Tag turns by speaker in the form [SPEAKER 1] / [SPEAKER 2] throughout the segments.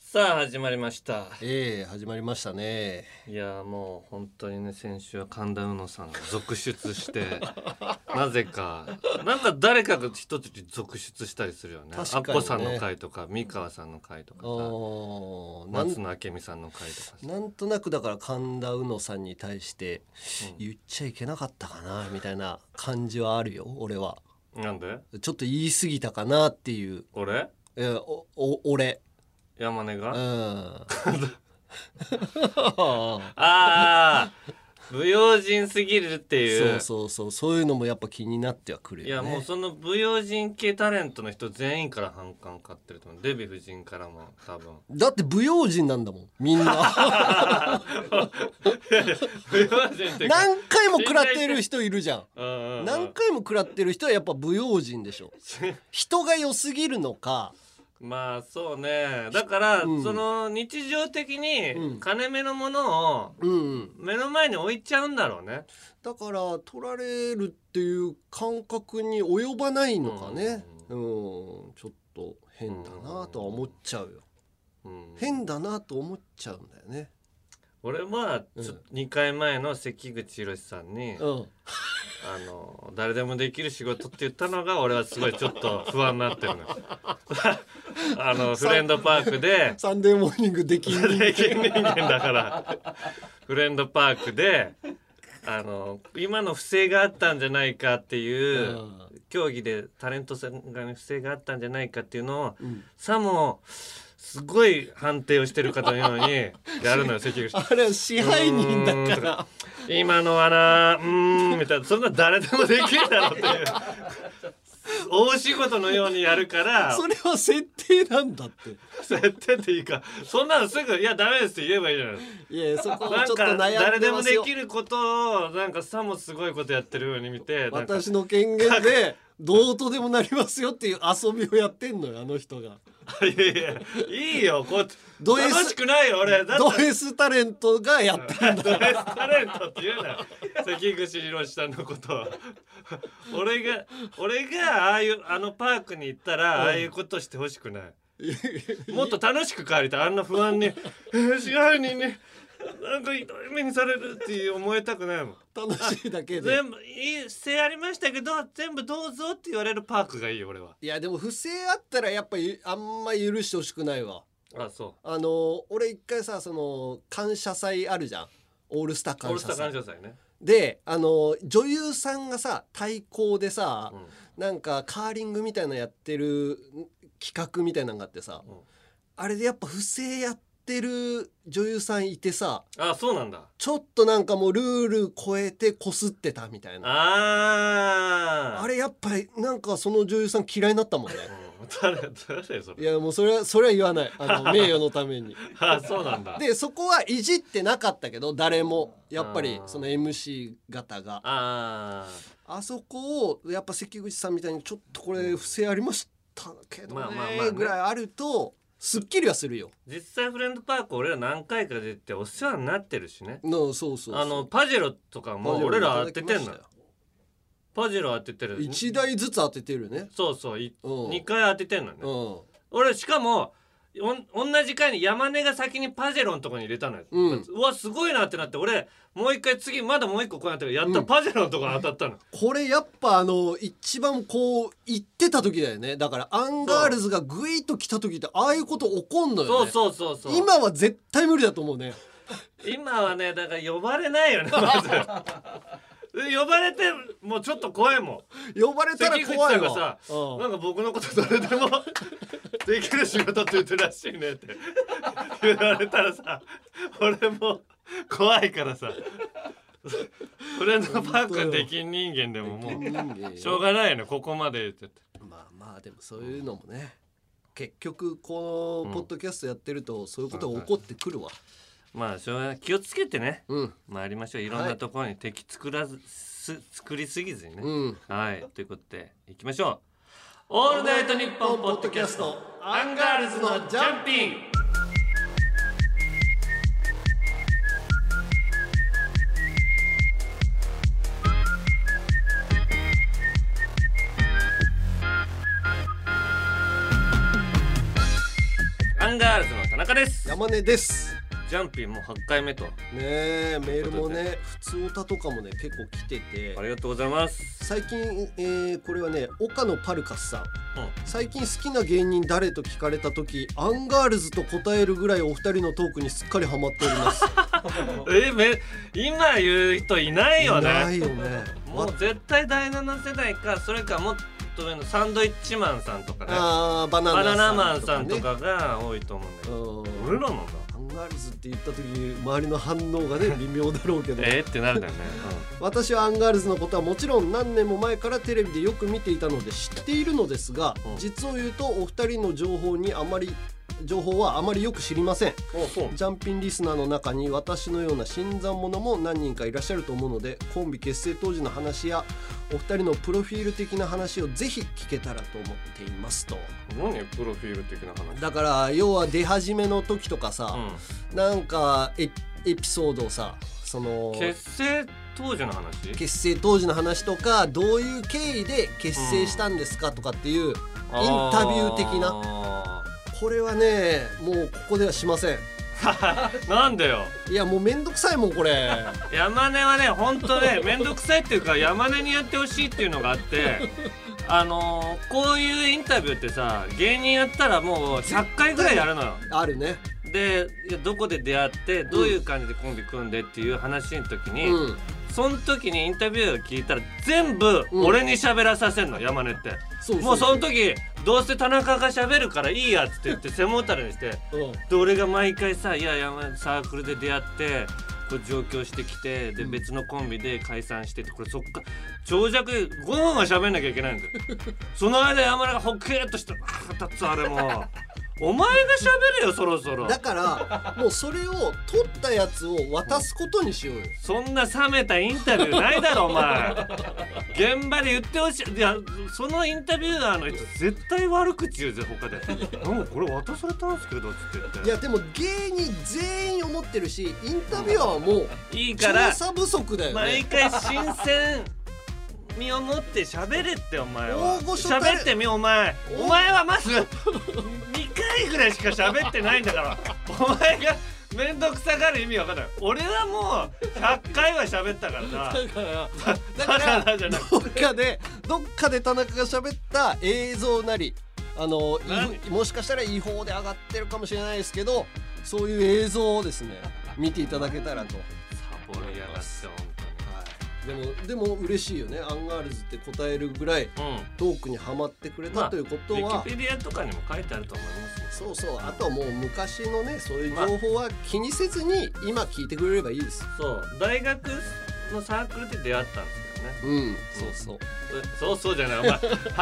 [SPEAKER 1] さあ始まりました
[SPEAKER 2] ええ始まりましたね。
[SPEAKER 1] いやーもう本当にね先週は神田うのさんが続出して なぜかなんか誰かが一つ続出したりするよね
[SPEAKER 2] 確
[SPEAKER 1] あっ
[SPEAKER 2] かにね
[SPEAKER 1] こさんの回とか三河さんの回とかさ
[SPEAKER 2] おーな
[SPEAKER 1] 松
[SPEAKER 2] ん
[SPEAKER 1] 野明美さんの回とかさ
[SPEAKER 2] なんとなくだから神田うのさんに対して
[SPEAKER 1] うん
[SPEAKER 2] 言っちゃいけなかったかなみたいな感じはあるよ俺は。
[SPEAKER 1] なんで
[SPEAKER 2] ちょっと言い過ぎたかなっていう。
[SPEAKER 1] 俺
[SPEAKER 2] えーおお俺。
[SPEAKER 1] 山根
[SPEAKER 2] うん。
[SPEAKER 1] が
[SPEAKER 2] あ
[SPEAKER 1] あー不用心すぎるってい
[SPEAKER 2] ーそう
[SPEAKER 1] う
[SPEAKER 2] そうそうそういうのもやっぱ気になってはくる
[SPEAKER 1] いや
[SPEAKER 2] よね。
[SPEAKER 1] もうその不用心系タレントの人全員から反感買ってると思うデヴィ夫人からも多分
[SPEAKER 2] だって不用心なんだもんみ んな
[SPEAKER 1] 不用心っていうか
[SPEAKER 2] 何回も食らってる人いるじゃん
[SPEAKER 1] うんうんうん
[SPEAKER 2] 何回も食らってる人はやっぱ不用心でしょ人が良すぎるのか
[SPEAKER 1] まあそうねだから、
[SPEAKER 2] うん
[SPEAKER 1] その日常的
[SPEAKER 2] う
[SPEAKER 1] に
[SPEAKER 2] ん
[SPEAKER 1] 金目のものを
[SPEAKER 2] うんうん
[SPEAKER 1] 目の前に置いちゃうんだろうね。
[SPEAKER 2] だから取られるっていう感覚に及ばないのかね
[SPEAKER 1] う
[SPEAKER 2] うんちょっと変だなとは思っちゃうよ
[SPEAKER 1] うん、
[SPEAKER 2] 変だなと思っちゃうんだよね
[SPEAKER 1] 俺はちょ、
[SPEAKER 2] うん
[SPEAKER 1] 2回前の関口宏さんに、
[SPEAKER 2] うん
[SPEAKER 1] あの誰でもできる仕事って言ったのが俺はすごいちょっと不安になってるのよ。 あのフレンドパークで
[SPEAKER 2] サンデーモーニングでき ん
[SPEAKER 1] 経験人間だからフレンドパークであの今の不正があったんじゃないかっていう、競技でタレントさんが不正があったんじゃないかっていうのを
[SPEAKER 2] うん
[SPEAKER 1] さもすごい判定をしてる方のようにやるのよ関口
[SPEAKER 2] あれは支配人だから
[SPEAKER 1] 今のはなうーんみたいなそんな誰でもできるだろうって いう大仕事のようにやるから
[SPEAKER 2] それは設定なんだって
[SPEAKER 1] 設定っていいかそんなのすぐ「いやダメです」って言えばいいじゃない
[SPEAKER 2] いやいやそこをちょ
[SPEAKER 1] な
[SPEAKER 2] っと
[SPEAKER 1] んか
[SPEAKER 2] 悩
[SPEAKER 1] 誰
[SPEAKER 2] ん
[SPEAKER 1] で
[SPEAKER 2] で
[SPEAKER 1] も
[SPEAKER 2] ま
[SPEAKER 1] です
[SPEAKER 2] よ
[SPEAKER 1] きることをなんかさもすごいことやってるように見てなんか
[SPEAKER 2] 私の権限でどうとでもなりますよっていう遊びをやってんのよあの人が。
[SPEAKER 1] いやいやいいよこうやって
[SPEAKER 2] ド S
[SPEAKER 1] 楽しくないよ俺だって
[SPEAKER 2] ド S タレントがやってるんだ
[SPEAKER 1] ド S タレントって言うなよ関口宏さんのことは俺が俺がああいうあのパークに行ったらああいうことしてほしくないもっと楽しく帰りたいあんな不安にえー支配人になんかひどい目にされるっていう思いたくないもん
[SPEAKER 2] 楽しいだけで
[SPEAKER 1] 全部いい不正ありましたけど全部どうぞって言われるパークがいいよ俺はい
[SPEAKER 2] やでも不正あったらやっぱりあんま許してほしくないわ
[SPEAKER 1] あそ
[SPEAKER 2] あの俺一回さその感謝祭あるじゃんオールスター
[SPEAKER 1] うオー
[SPEAKER 2] 感
[SPEAKER 1] ルス
[SPEAKER 2] 謝
[SPEAKER 1] ター感
[SPEAKER 2] 祭
[SPEAKER 1] 謝祭ね、
[SPEAKER 2] であの女優さんがさ対抗でさ、
[SPEAKER 1] うん
[SPEAKER 2] なんかカーリングみたいなのやってる企画みたいなのがあってさ、
[SPEAKER 1] うん
[SPEAKER 2] あれでやっぱ不正やってる女優さんいてさ
[SPEAKER 1] あそうなんだ
[SPEAKER 2] ちょっとなんかもうルール超えてこすってたみたいな
[SPEAKER 1] あー
[SPEAKER 2] あれやっぱりなんかその女優さん嫌いになったもんね
[SPEAKER 1] うん誰誰そ
[SPEAKER 2] い
[SPEAKER 1] れ
[SPEAKER 2] やもうそれはそれは言わない あの名誉のために
[SPEAKER 1] あそうなんだ
[SPEAKER 2] でそこはいじってなかったけど誰もやっぱり
[SPEAKER 1] あー
[SPEAKER 2] その MC 方が
[SPEAKER 1] あ
[SPEAKER 2] あそこをやっぱ関口さんみたいにちょっとこれ不正ありましたけど
[SPEAKER 1] まあまあまあね
[SPEAKER 2] ねぐらいあるとすっきりはするよ
[SPEAKER 1] ー実際フレンドパーク俺ら何回か出てお世話になってるしね
[SPEAKER 2] のそうそうそう
[SPEAKER 1] あのパジェロとかも俺ら当ててんのよパジェロ当ててる
[SPEAKER 2] 1台ずつ当ててるね
[SPEAKER 1] そうそうい
[SPEAKER 2] うん
[SPEAKER 1] 2回当ててんのね
[SPEAKER 2] うん
[SPEAKER 1] 俺しかもおん同じ回に山根が先にパジェロのとこに入れたのよ、
[SPEAKER 2] うん
[SPEAKER 1] わすごいなってなって俺もう一回次まだもう一個こうやってやったらパジェロのとこに当たったの、
[SPEAKER 2] これやっぱあの一番こう言ってた時だよねだからアンガールズがグイッと来た時ってああいうこと起こんのよ
[SPEAKER 1] そう
[SPEAKER 2] ね
[SPEAKER 1] そうそうそう
[SPEAKER 2] 今は絶対無理だと思うね
[SPEAKER 1] 今はねだから呼ばれないよねま ず呼ばれてもうちょっと怖いもん
[SPEAKER 2] 呼ばれたら
[SPEAKER 1] 関口
[SPEAKER 2] 怖
[SPEAKER 1] さ
[SPEAKER 2] い
[SPEAKER 1] んがさ
[SPEAKER 2] わ、う
[SPEAKER 1] なん
[SPEAKER 2] ん
[SPEAKER 1] か僕のこと誰で もできる仕事って言ってるらしいねって言われたらさ俺も怖いからさ俺のパークはできん人間でももうしょうがないよねここまで言ってて
[SPEAKER 2] まあまあでもそういうのもね結局このポッドキャストやってるとそういうことが起こってくるわ
[SPEAKER 1] まあしょうがない気をつけてね
[SPEAKER 2] うん
[SPEAKER 1] 参りましょういろんなところに敵作らず、す作りすぎずにね、
[SPEAKER 2] うん
[SPEAKER 1] はいということでいきましょう「オールナイトニッポン」ポッドキャストアンガールズのジャンピングアンガールズの田田中です
[SPEAKER 2] 山根です
[SPEAKER 1] ジャンピンもう8回目と
[SPEAKER 2] ねえメールもね普通歌とかもね結構来てて
[SPEAKER 1] ありがとうございます
[SPEAKER 2] 最近、えーこれはね岡野パルカスさん
[SPEAKER 1] うん
[SPEAKER 2] 最近好きな芸人誰と聞かれた時アンガールズと答えるぐらいお二人のトークにすっかりハマっております
[SPEAKER 1] えめ今言う人い ないよね
[SPEAKER 2] ないよね
[SPEAKER 1] もう絶対第7世代かそれかもっと上のサンドイッチマンさんとかね
[SPEAKER 2] あーバナ
[SPEAKER 1] バナナマ
[SPEAKER 2] ナ
[SPEAKER 1] ンさんと
[SPEAKER 2] ね
[SPEAKER 1] かが多いと思うんだけど
[SPEAKER 2] うん
[SPEAKER 1] 俺らもだ
[SPEAKER 2] アンガールズって言った時周りの反 応がね微妙だろうけど
[SPEAKER 1] えー、ってなるんだよ ね、
[SPEAKER 2] 私はアンガールズのことはもちろん何年も前からテレビでよく見ていたので知っているのですが、
[SPEAKER 1] うん
[SPEAKER 2] 実を言うとお二人の情報にあまり情報はあまりよく知りません
[SPEAKER 1] うん、おそう
[SPEAKER 2] ジャンピンリスナーの中に私のような新参者も何人かいらっしゃると思うのでコンビ結成当時の話やお二人のプロフィール的な話をぜひ聞けたらと思っていますと
[SPEAKER 1] 何プロフィール的な話
[SPEAKER 2] だから要は出始めの時とかさ、なんかエエピソードをさその
[SPEAKER 1] うん、結成当時の話
[SPEAKER 2] 結成当時の話とかどういう経緯で結成したんですかとかっていう、
[SPEAKER 1] あ
[SPEAKER 2] ンタビュー的
[SPEAKER 1] な
[SPEAKER 2] これはねもうここではしません
[SPEAKER 1] なんだよ
[SPEAKER 2] いやもうめんどくさいもんこれ
[SPEAKER 1] 山根はね本当ね 面倒くさいっていうか山根にやってほしいっていうのがあ ってあのー、こういうインタビューってさ芸人やったらもう100回ぐらいやるのよ
[SPEAKER 2] あるね
[SPEAKER 1] でいやどこで出会ってどういう感じでコンビ組んでっていう話の時に、
[SPEAKER 2] うん
[SPEAKER 1] その時にインタビューを聞いたら全部
[SPEAKER 2] うん
[SPEAKER 1] 俺に喋らさせんの、山根って
[SPEAKER 2] そう
[SPEAKER 1] もうその時どうせ田中が喋るからいいやっつって言って背もたれにして
[SPEAKER 2] うん
[SPEAKER 1] で俺が毎回さ「いや山根サークルで出会ってこう上京してきてで
[SPEAKER 2] うん
[SPEAKER 1] 別のコンビで解散してってこれそっか長尺で5分は喋んなきゃいけないん だよその間山根がホッケーっとして「あ立つあれもうお前が喋れよそろそろ
[SPEAKER 2] だ」からもうそれを取ったやつを渡すことにしようよ
[SPEAKER 1] そんな冷めたインタビューないだろお前現場で言ってほしいいやそのインタビュアーの人絶対悪口言うぜ他で「なんかこれ渡されたんすけど」っつって言っ
[SPEAKER 2] い
[SPEAKER 1] て
[SPEAKER 2] やでも芸人全員思ってるしインタビュアーはもう
[SPEAKER 1] いい
[SPEAKER 2] 調
[SPEAKER 1] から
[SPEAKER 2] 査不足だよ
[SPEAKER 1] 毎
[SPEAKER 2] ね
[SPEAKER 1] 回新鮮身を持って喋れってお前は
[SPEAKER 2] 大御所たる
[SPEAKER 1] 喋ってみお前
[SPEAKER 2] お
[SPEAKER 1] お前はまず2回ぐらいしか喋ってないんだからお前が面倒くさがる意味わかんない俺はもう100回は喋ったからな
[SPEAKER 2] だからだ
[SPEAKER 1] た
[SPEAKER 2] から
[SPEAKER 1] だただじゃなくて
[SPEAKER 2] どっかでどっかで田中が喋った映像なりあの
[SPEAKER 1] 何
[SPEAKER 2] 違法もしかしたら違法で上がってるかもしれないですけどそういう映像をですね見ていただけたらと、は
[SPEAKER 1] サボりやがって本
[SPEAKER 2] い、でもでも嬉しいよねアンガールズって答えるぐらい
[SPEAKER 1] 当にうん
[SPEAKER 2] トークにはまってくれた、
[SPEAKER 1] まあ
[SPEAKER 2] ということ
[SPEAKER 1] ウィ
[SPEAKER 2] は
[SPEAKER 1] キペディアとかにも書いてあると思いますね
[SPEAKER 2] そうそうあとはもう昔のねそういう情報は気にせずに今聞いてくれればいいです
[SPEAKER 1] そう大学のサークルで出会ったんですけどね
[SPEAKER 2] うんそうそう
[SPEAKER 1] そうそうじゃ ないお前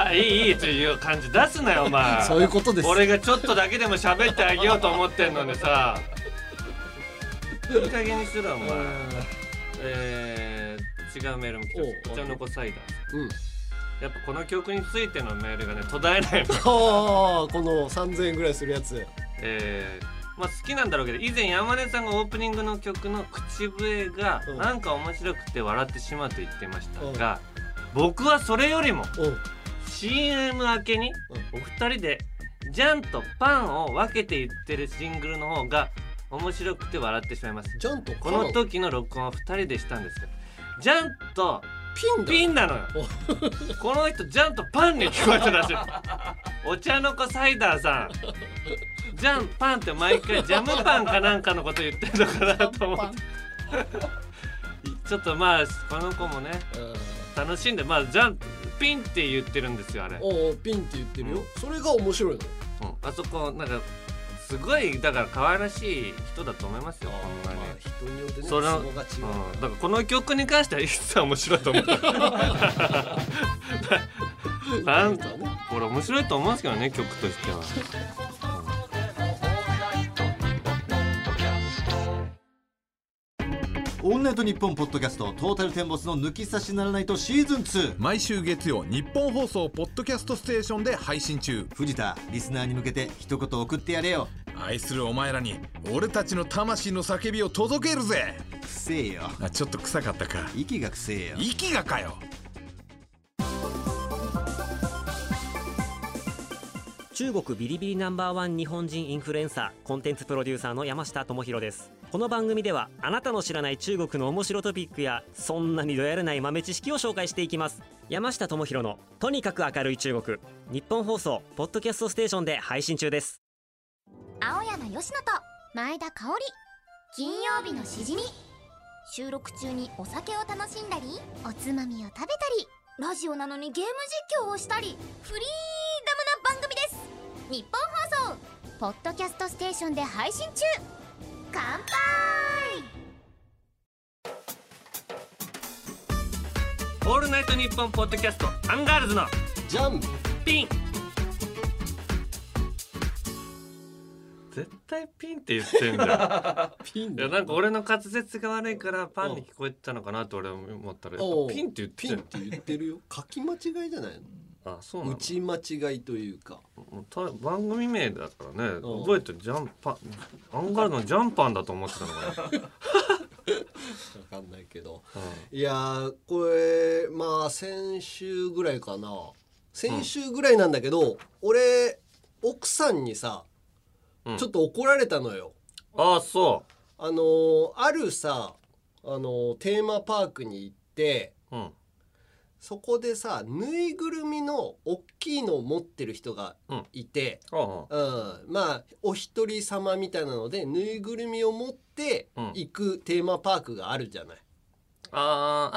[SPEAKER 1] はいいいいいという感じ出すなよお前
[SPEAKER 2] そういうことです
[SPEAKER 1] 俺がちょっとだけでも喋ってあげようと思ってんのにさいい加減にするお前えー、違うメールも来てます
[SPEAKER 2] おう
[SPEAKER 1] お茶の子サイダー
[SPEAKER 2] うん
[SPEAKER 1] やっぱこの曲についてのメールがね途絶えないの
[SPEAKER 2] あーこの3000円ぐらいするやつ
[SPEAKER 1] えーまあ、好きなんだろうけど以前山根さんがオープニングの曲の口笛が
[SPEAKER 2] うん
[SPEAKER 1] なんか面白くて笑ってしまうと言ってましたが僕はそれよりも
[SPEAKER 2] うん
[SPEAKER 1] CM 明けにお二人でジャンとパンを分けて言ってるシングルの方が面白くて笑ってしまいます
[SPEAKER 2] ジャンと
[SPEAKER 1] こ
[SPEAKER 2] こ
[SPEAKER 1] の
[SPEAKER 2] の時
[SPEAKER 1] 時の録音は二人でしたんですけどジャンと
[SPEAKER 2] ピンだ
[SPEAKER 1] ピンなのよこの人ジャンとパンに聞こえたらしいお茶の子サイダーさんジャンパンって毎回ジャムパンかなんかのこと言ってるのかなと思ってちょっとまあこの子もね楽しんでまあジャンピンって言ってるんですよあれ
[SPEAKER 2] おおピンって言ってるよ、
[SPEAKER 1] うん
[SPEAKER 2] それが面白いの
[SPEAKER 1] あそこなんかすごいだから可愛らしい人だと思いますよほんま
[SPEAKER 2] ま
[SPEAKER 1] に
[SPEAKER 2] あ、。人によってね
[SPEAKER 1] そ
[SPEAKER 2] そ
[SPEAKER 1] れ
[SPEAKER 2] れ
[SPEAKER 1] は
[SPEAKER 2] が違うか
[SPEAKER 1] う
[SPEAKER 2] ら、
[SPEAKER 1] ん、だからこの曲に関しては一切面白いと思うなん
[SPEAKER 2] だね
[SPEAKER 1] これ面白いと思うんですけどね曲としては。
[SPEAKER 3] 「オールナイトニッポン」ポッドキャストトータルテンボスの抜き差しならないとシーズン2
[SPEAKER 4] 毎週月曜日本放送ポッドキャストステーションで配信中
[SPEAKER 3] 藤田リスナーに向けて一言送ってやれよ
[SPEAKER 4] 愛するお前らに俺たちの魂の叫びを届けるぜ
[SPEAKER 3] くせえよ
[SPEAKER 4] あちょっと臭かったか
[SPEAKER 3] 息がくせえよ
[SPEAKER 4] 息がかよ
[SPEAKER 5] 中国ビリビリナンバーワン日本人インフルエンサーコンテンツプロデューサーの山下智博ですこの番組ではあなたの知らない中国の面白トピックやそんなにどやらない豆知識を紹介していきます山下智博のとにかく明るい中国日本放送ポッドキャストステーションで配信中です
[SPEAKER 6] 青山佳乃と前田香織金曜日のしじみ収録中にお酒を楽しんだりおつまみを食べたりラジオなのにゲーム実況をしたりフリーダムな番組です日本放送ポッドキャストステーションで配信中乾杯
[SPEAKER 1] オールナイトニッポンポッドキャストアンガールズの
[SPEAKER 2] じゃん
[SPEAKER 1] ピン絶対ピンって言ってんだよ
[SPEAKER 2] ピ ン
[SPEAKER 1] いやなんか俺の滑舌が悪いからパンに聞こえてたのかなと俺は思ったらやっ
[SPEAKER 2] おう
[SPEAKER 1] ぱピンって言って
[SPEAKER 2] ピンっ
[SPEAKER 1] る
[SPEAKER 2] て言ってるよ書き間違いじゃない
[SPEAKER 1] あそうな
[SPEAKER 2] の
[SPEAKER 1] の
[SPEAKER 2] 打ち間違いというか
[SPEAKER 1] もうた番組名だからね
[SPEAKER 2] うん
[SPEAKER 1] 覚えてるジャンパンアンガールズのジャンパンだと思ってたのかな、
[SPEAKER 2] 分かんないけど
[SPEAKER 1] う
[SPEAKER 2] いやーこれまあ先週ぐらいかな先週ぐらいなんだけど、俺奥さんにさ、
[SPEAKER 1] うん
[SPEAKER 2] ちょっと怒られたのよ。
[SPEAKER 1] ん、あそ
[SPEAKER 2] あのーあるさ、あのーテーマパークに行って
[SPEAKER 1] ううん
[SPEAKER 2] そこでさぬいぐるみの大きいのを持ってる人がいて、
[SPEAKER 1] ああ
[SPEAKER 2] うん、まあお一人様みたいなのでぬいぐるみを持って行くテーマパークがあるじゃない。
[SPEAKER 1] あ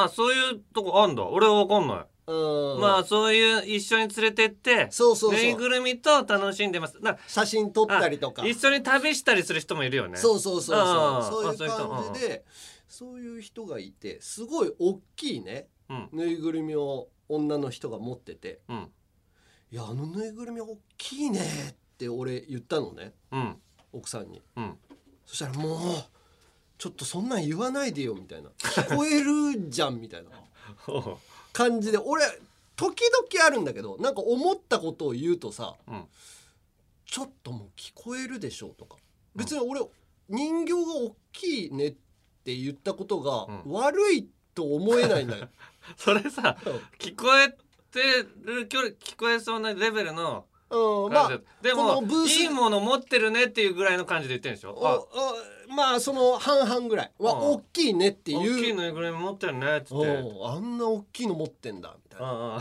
[SPEAKER 1] あああそういうとこあんだ俺は分かんない、
[SPEAKER 2] うん、
[SPEAKER 1] まあそういう一緒に連れてって
[SPEAKER 2] そうそうそう
[SPEAKER 1] ぬいぐるみと楽しんでますだか
[SPEAKER 2] 写真撮っ
[SPEAKER 1] ら
[SPEAKER 2] たりとか
[SPEAKER 1] あ。一緒に旅したりする人もいるよね
[SPEAKER 2] そうそうそう
[SPEAKER 1] あ
[SPEAKER 2] そ
[SPEAKER 1] ー
[SPEAKER 2] うそういう感じでそういう人がいてすごい大きいね
[SPEAKER 1] うん
[SPEAKER 2] ぬいぐるみを女の人が持ってて
[SPEAKER 1] うん
[SPEAKER 2] 「いやあのぬいぐるみ大きいね」って俺言ったのね
[SPEAKER 1] うん
[SPEAKER 2] 奥さんに
[SPEAKER 1] うん
[SPEAKER 2] そしたら「もうちょっとそんなん言わないでよ」みたいな「聞こえるじゃん」みたいな
[SPEAKER 1] おう
[SPEAKER 2] 感じで俺時々あるんだけどなんか思ったことを言うとさ
[SPEAKER 1] うん
[SPEAKER 2] ちょっともう聞こえるでしょうとか別に俺人形が大きいねって言ったことが
[SPEAKER 1] う
[SPEAKER 2] 悪いと思えないん だよ。
[SPEAKER 1] それさ聞こえてる距離聞こえそうなレベルの
[SPEAKER 2] うん、
[SPEAKER 1] 感じだっ
[SPEAKER 2] まあ
[SPEAKER 1] た、で
[SPEAKER 2] この
[SPEAKER 1] も
[SPEAKER 2] ブース
[SPEAKER 1] いいもの持ってるねっていうぐらいの感じで言ってるんでしょ
[SPEAKER 2] お
[SPEAKER 1] あ
[SPEAKER 2] おまあその半々ぐらいは
[SPEAKER 1] うん
[SPEAKER 2] 大きいねっていう
[SPEAKER 1] 大きいぬいぐるみ持ってるねっつってうんうん
[SPEAKER 2] うんあんな大きいの持ってんだみたいな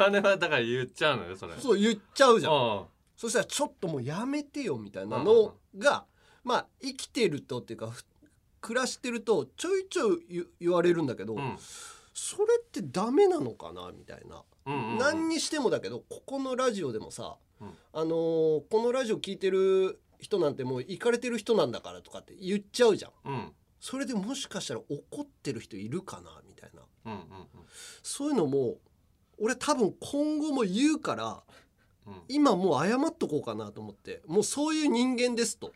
[SPEAKER 1] あ れはだから言っちゃうのよそれ
[SPEAKER 2] そう言っちゃうじゃん
[SPEAKER 1] あ
[SPEAKER 2] そしたらちょっともうやめてよみたいなのがまあ生きてるとっていうかふ暮らしてるとちょいちょい言言われるんだけど、
[SPEAKER 1] うん
[SPEAKER 2] それってダメなのかなみたいな、
[SPEAKER 1] うんうん
[SPEAKER 2] 何にしてもだけどここのラジオでもさ、
[SPEAKER 1] うん
[SPEAKER 2] あのーこのラジオ聞いてる人なんてもう行かれてる人なんだからとかって言っちゃうじゃん
[SPEAKER 1] うんうん
[SPEAKER 2] それでもしかしたら怒ってる人いるかなみたいな
[SPEAKER 1] うんうん
[SPEAKER 2] そういうのも俺多分今後も言うから
[SPEAKER 1] うん
[SPEAKER 2] 今もう謝っとこうかなと思ってもうそういう人間ですと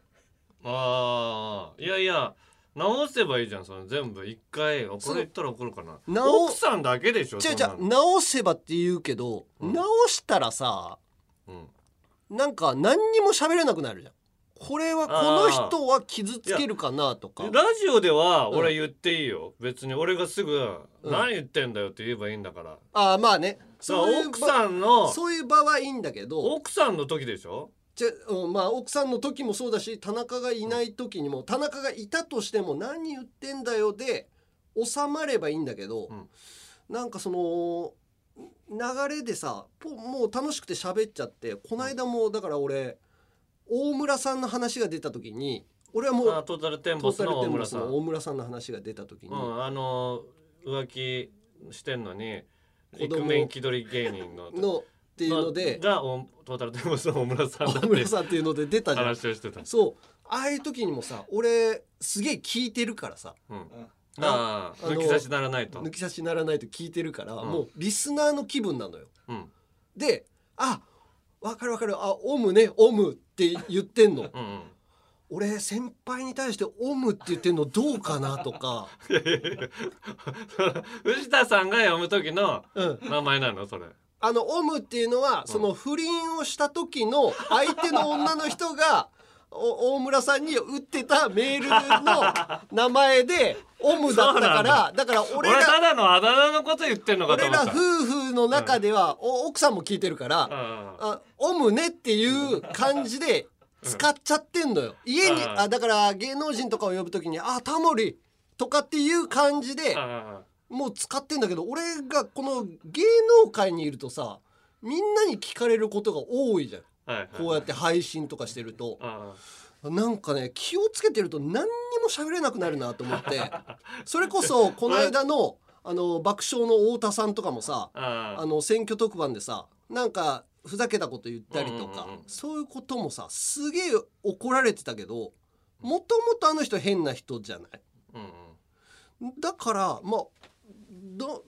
[SPEAKER 1] ああいやいや直せばいいじゃんその全部一回あこ
[SPEAKER 2] そう
[SPEAKER 1] れ言ったら怒るかな
[SPEAKER 2] 直
[SPEAKER 1] 奥さんだけでしょ
[SPEAKER 2] 違う
[SPEAKER 1] そんな
[SPEAKER 2] 違う
[SPEAKER 1] の
[SPEAKER 2] 直せばって言うけど、
[SPEAKER 1] うん
[SPEAKER 2] 直したらさ
[SPEAKER 1] うん
[SPEAKER 2] なんか何にも喋れなくなるじゃんこれはこの人は傷つけるかなとか
[SPEAKER 1] ラジオでは
[SPEAKER 2] うん
[SPEAKER 1] 俺言っていいよ、別に俺がすぐ「
[SPEAKER 2] うん
[SPEAKER 1] 何言ってんだよ」って言えばいいんだから、
[SPEAKER 2] ああまあね
[SPEAKER 1] そう
[SPEAKER 2] いう
[SPEAKER 1] 奥
[SPEAKER 2] 場
[SPEAKER 1] さんの
[SPEAKER 2] そういう場はいいんだけど
[SPEAKER 1] 奥さんの時でしょ
[SPEAKER 2] じゃ、うん、まあ奥さんの時もそうだし田中がいない時にも田中がいたとしても何言ってんだよで収まればいいんだけど、
[SPEAKER 1] うん
[SPEAKER 2] なんかその流れでさぽもう楽しくて喋っちゃってこの間もだから俺大村さんの話が出た時に俺はも
[SPEAKER 1] あ
[SPEAKER 2] う
[SPEAKER 1] トータルテン
[SPEAKER 2] ト
[SPEAKER 1] ボ
[SPEAKER 2] ータ
[SPEAKER 1] ス
[SPEAKER 2] ル
[SPEAKER 1] の
[SPEAKER 2] テ
[SPEAKER 1] 大
[SPEAKER 2] ンボ
[SPEAKER 1] 村
[SPEAKER 2] ス
[SPEAKER 1] さ
[SPEAKER 2] の
[SPEAKER 1] ん、
[SPEAKER 2] 大村さんの話が出た時に、
[SPEAKER 1] うん、あの浮気してんのに
[SPEAKER 2] 子
[SPEAKER 1] イ
[SPEAKER 2] 供
[SPEAKER 1] クメン気取り芸人の
[SPEAKER 2] のっていうので
[SPEAKER 1] がおトータルテンボスの大村さんだっ
[SPEAKER 2] 大
[SPEAKER 1] て
[SPEAKER 2] 村さんっていうので出たじゃん。
[SPEAKER 1] 話をしてた、
[SPEAKER 2] そうああいう時にもさ俺すげえ聞いてるからさ
[SPEAKER 1] うん、ああ
[SPEAKER 2] あの
[SPEAKER 1] 抜き差しならないと
[SPEAKER 2] 抜き差しならないと聞いてるから、
[SPEAKER 1] うん
[SPEAKER 2] もうリスナーの気分なのよ。
[SPEAKER 1] うん
[SPEAKER 2] で「あわかるわかるあオムねオム」って言ってんの
[SPEAKER 1] うんうん
[SPEAKER 2] 俺先輩に対して「オム」って言ってんのどうかなとか、
[SPEAKER 1] いやいやいや藤田さんが読む時の
[SPEAKER 2] うん、
[SPEAKER 1] 名前なのそれ
[SPEAKER 2] あの「オム」っていうのはその不倫をした時の相手の女の人がお大村さんに打ってたメールの名前でオムだった
[SPEAKER 1] そ
[SPEAKER 2] か
[SPEAKER 1] うな
[SPEAKER 2] らだから俺
[SPEAKER 1] 俺
[SPEAKER 2] ら
[SPEAKER 1] ただのあだ名のこと言ってんのかと
[SPEAKER 2] 俺
[SPEAKER 1] 思っ
[SPEAKER 2] ら
[SPEAKER 1] た
[SPEAKER 2] 夫婦の中では、お奥さんも聞いてるから、
[SPEAKER 1] うん
[SPEAKER 2] あオムねっていう感じで使っちゃってんのよ家に、
[SPEAKER 1] うん
[SPEAKER 2] あだから芸能人とかを呼ぶときに「あタモリ」とかっていう感じで
[SPEAKER 1] うん
[SPEAKER 2] もう使ってんだけど俺がこの芸能界にいるとさみんなに聞かれることが多いじゃん
[SPEAKER 1] はいはい
[SPEAKER 2] こうやって配信とかしてると
[SPEAKER 1] うん
[SPEAKER 2] なんかね気をつけてると何にも喋れなくなるなと思ってそれこ そこの間のあの爆笑の太田さんとかもさ
[SPEAKER 1] あ
[SPEAKER 2] あの選挙特番でさなんかふざけたこと言ったりとか、
[SPEAKER 1] うんうんうん
[SPEAKER 2] そういうこともさすげえ怒られてたけどもともとあの人変な人じゃない
[SPEAKER 1] うんうん
[SPEAKER 2] だからまあど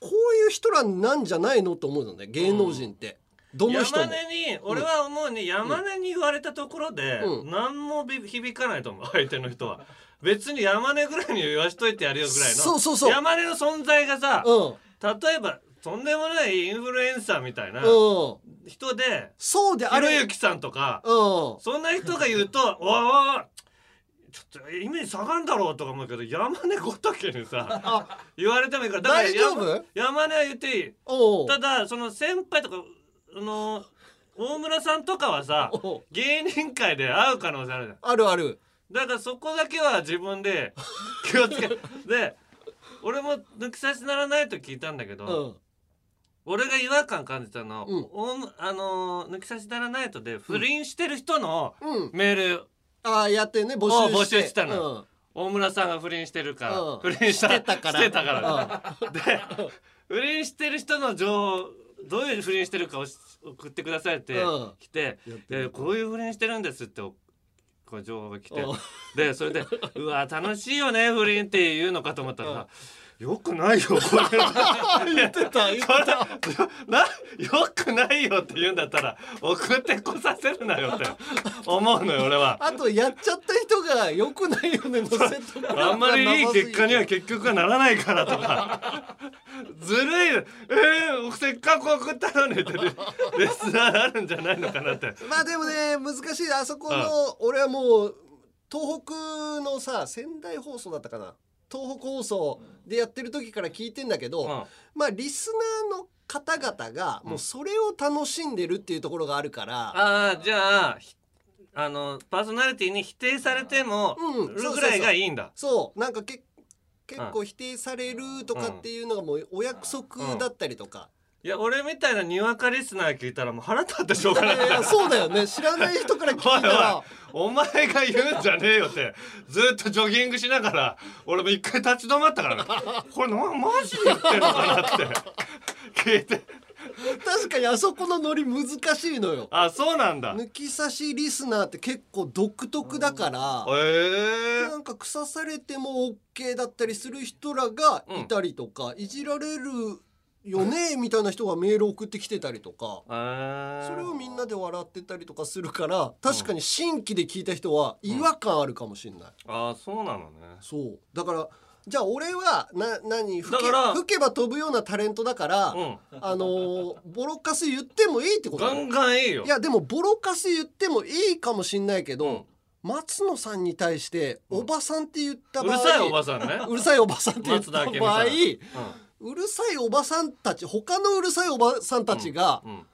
[SPEAKER 2] こういう人らなんじゃないのと思うのね芸能人って、どの人
[SPEAKER 1] 山
[SPEAKER 2] も
[SPEAKER 1] 根に俺は思うに山根に言われたところで
[SPEAKER 2] うん
[SPEAKER 1] 何もび響かないと思う 相手の人は別に山根ぐらいに言わしといてやるよぐらいの
[SPEAKER 2] そうそうそう
[SPEAKER 1] 山根の存在がさ
[SPEAKER 2] うんうん
[SPEAKER 1] 例えばとんでもないインフルエンサーみたいな人で
[SPEAKER 2] そうであ
[SPEAKER 1] ひろ
[SPEAKER 2] れ
[SPEAKER 1] ゆきさんとか
[SPEAKER 2] うん
[SPEAKER 1] そんな人が言うと「おいおいおいちょっとイメージ下がんだろ」うとか思うけど山根ごときにさ
[SPEAKER 2] あ
[SPEAKER 1] 言われてもいいからだから
[SPEAKER 2] 大丈夫
[SPEAKER 1] 山山根は言っていい
[SPEAKER 2] おう
[SPEAKER 1] ただその先輩とかあの大村さんとかはさ
[SPEAKER 2] おう
[SPEAKER 1] 芸人界で会う可能性あるじゃん
[SPEAKER 2] あるある
[SPEAKER 1] だからそこだけは自分で 気をつけで俺も抜き差しならないと聞いたんだけど、
[SPEAKER 2] うん
[SPEAKER 1] 俺が違和感感じたの、
[SPEAKER 2] うん
[SPEAKER 1] おんあのー抜き差しならないとで不倫してる人の
[SPEAKER 2] うん
[SPEAKER 1] メール、
[SPEAKER 2] ああやってね募
[SPEAKER 1] おう
[SPEAKER 2] 集
[SPEAKER 1] 募
[SPEAKER 2] して
[SPEAKER 1] 集してたのよ大村さんが不倫してるから、
[SPEAKER 2] うん
[SPEAKER 1] 不倫した
[SPEAKER 2] してたから
[SPEAKER 1] してたから
[SPEAKER 2] うん
[SPEAKER 1] で不倫してる人の情報どういう不倫してるかをし送ってくださいって
[SPEAKER 2] うん
[SPEAKER 1] 来て、
[SPEAKER 2] やって
[SPEAKER 1] い
[SPEAKER 2] る
[SPEAKER 1] やこういう不倫してるんですっておこう情報が来て
[SPEAKER 2] うん
[SPEAKER 1] でそれで「うわ楽しいよね不倫」って言うのかと思ったらさ「よくないよこれ」
[SPEAKER 2] 言ってた言っ
[SPEAKER 1] そ
[SPEAKER 2] て
[SPEAKER 1] れなよくないよって言うんだったら送ってこさせるなよって思うのよ俺は。
[SPEAKER 2] あとやっちゃった人が良くないよねのせとく
[SPEAKER 1] あんまりいい結果には結局はならないからとか ずるいよえー、せっかく送ったのにってレレスナーあるんじゃないのかなって
[SPEAKER 2] まあでもね難しいあそこの俺はもう東北のさ仙台放送だったかな東北放送でやってる時から聞いてんだけど、まあリスナーの方々がもうそれを楽しんでるっていうところがあるから、
[SPEAKER 1] ああじゃあひあのパーソナリティに否定されても、
[SPEAKER 2] うんそうそうそう
[SPEAKER 1] ぐらいがいいんだ
[SPEAKER 2] そうなんかけ結構否定されるとかっていうのがもうお約束だったりとか、
[SPEAKER 1] いや俺みたいなにわかリスナー聞いたらもう腹立ってしょうがない
[SPEAKER 2] いや そうだよね知らない人から聞い
[SPEAKER 1] おい
[SPEAKER 2] たら
[SPEAKER 1] おいお前が言うんじゃねえよってずっとジョギングしながら俺も一回立ち止まったからねこれなマジで言ってんのかなって 聞いて
[SPEAKER 2] 確かにあそこのノリ難しいのよ
[SPEAKER 1] あそうなんだ
[SPEAKER 2] 抜き差しリスナーって結構独特だから、
[SPEAKER 1] え
[SPEAKER 2] なんか腐されても OK だったりする人らがいたりとか、いじられるよねみたいな人がメール送ってきてたりとか、
[SPEAKER 1] え
[SPEAKER 2] それをみんなで笑ってたりとかするから確かに新規で聞いた人は違和感あるかもしれない、
[SPEAKER 1] ああそうなのね
[SPEAKER 2] そうだからじゃあ俺はな何吹け
[SPEAKER 1] だから
[SPEAKER 2] 吹けば飛ぶようなタレントだから、
[SPEAKER 1] う
[SPEAKER 2] あのーボロカス言ってもいいってこと
[SPEAKER 1] ガ
[SPEAKER 2] だよ
[SPEAKER 1] ンガンいいよ
[SPEAKER 2] いやでもボロカス言ってもいいかもしんないけど、松野さんに対して「おばさん」って言った
[SPEAKER 1] う
[SPEAKER 2] 場合、
[SPEAKER 1] るさいおばさんね
[SPEAKER 2] うるさいおばさんって言っ
[SPEAKER 1] 松田
[SPEAKER 2] た
[SPEAKER 1] 明美
[SPEAKER 2] 場合
[SPEAKER 1] さん
[SPEAKER 2] うるさいおばさんたち他のうるさいおばさんたちが、
[SPEAKER 1] うんうん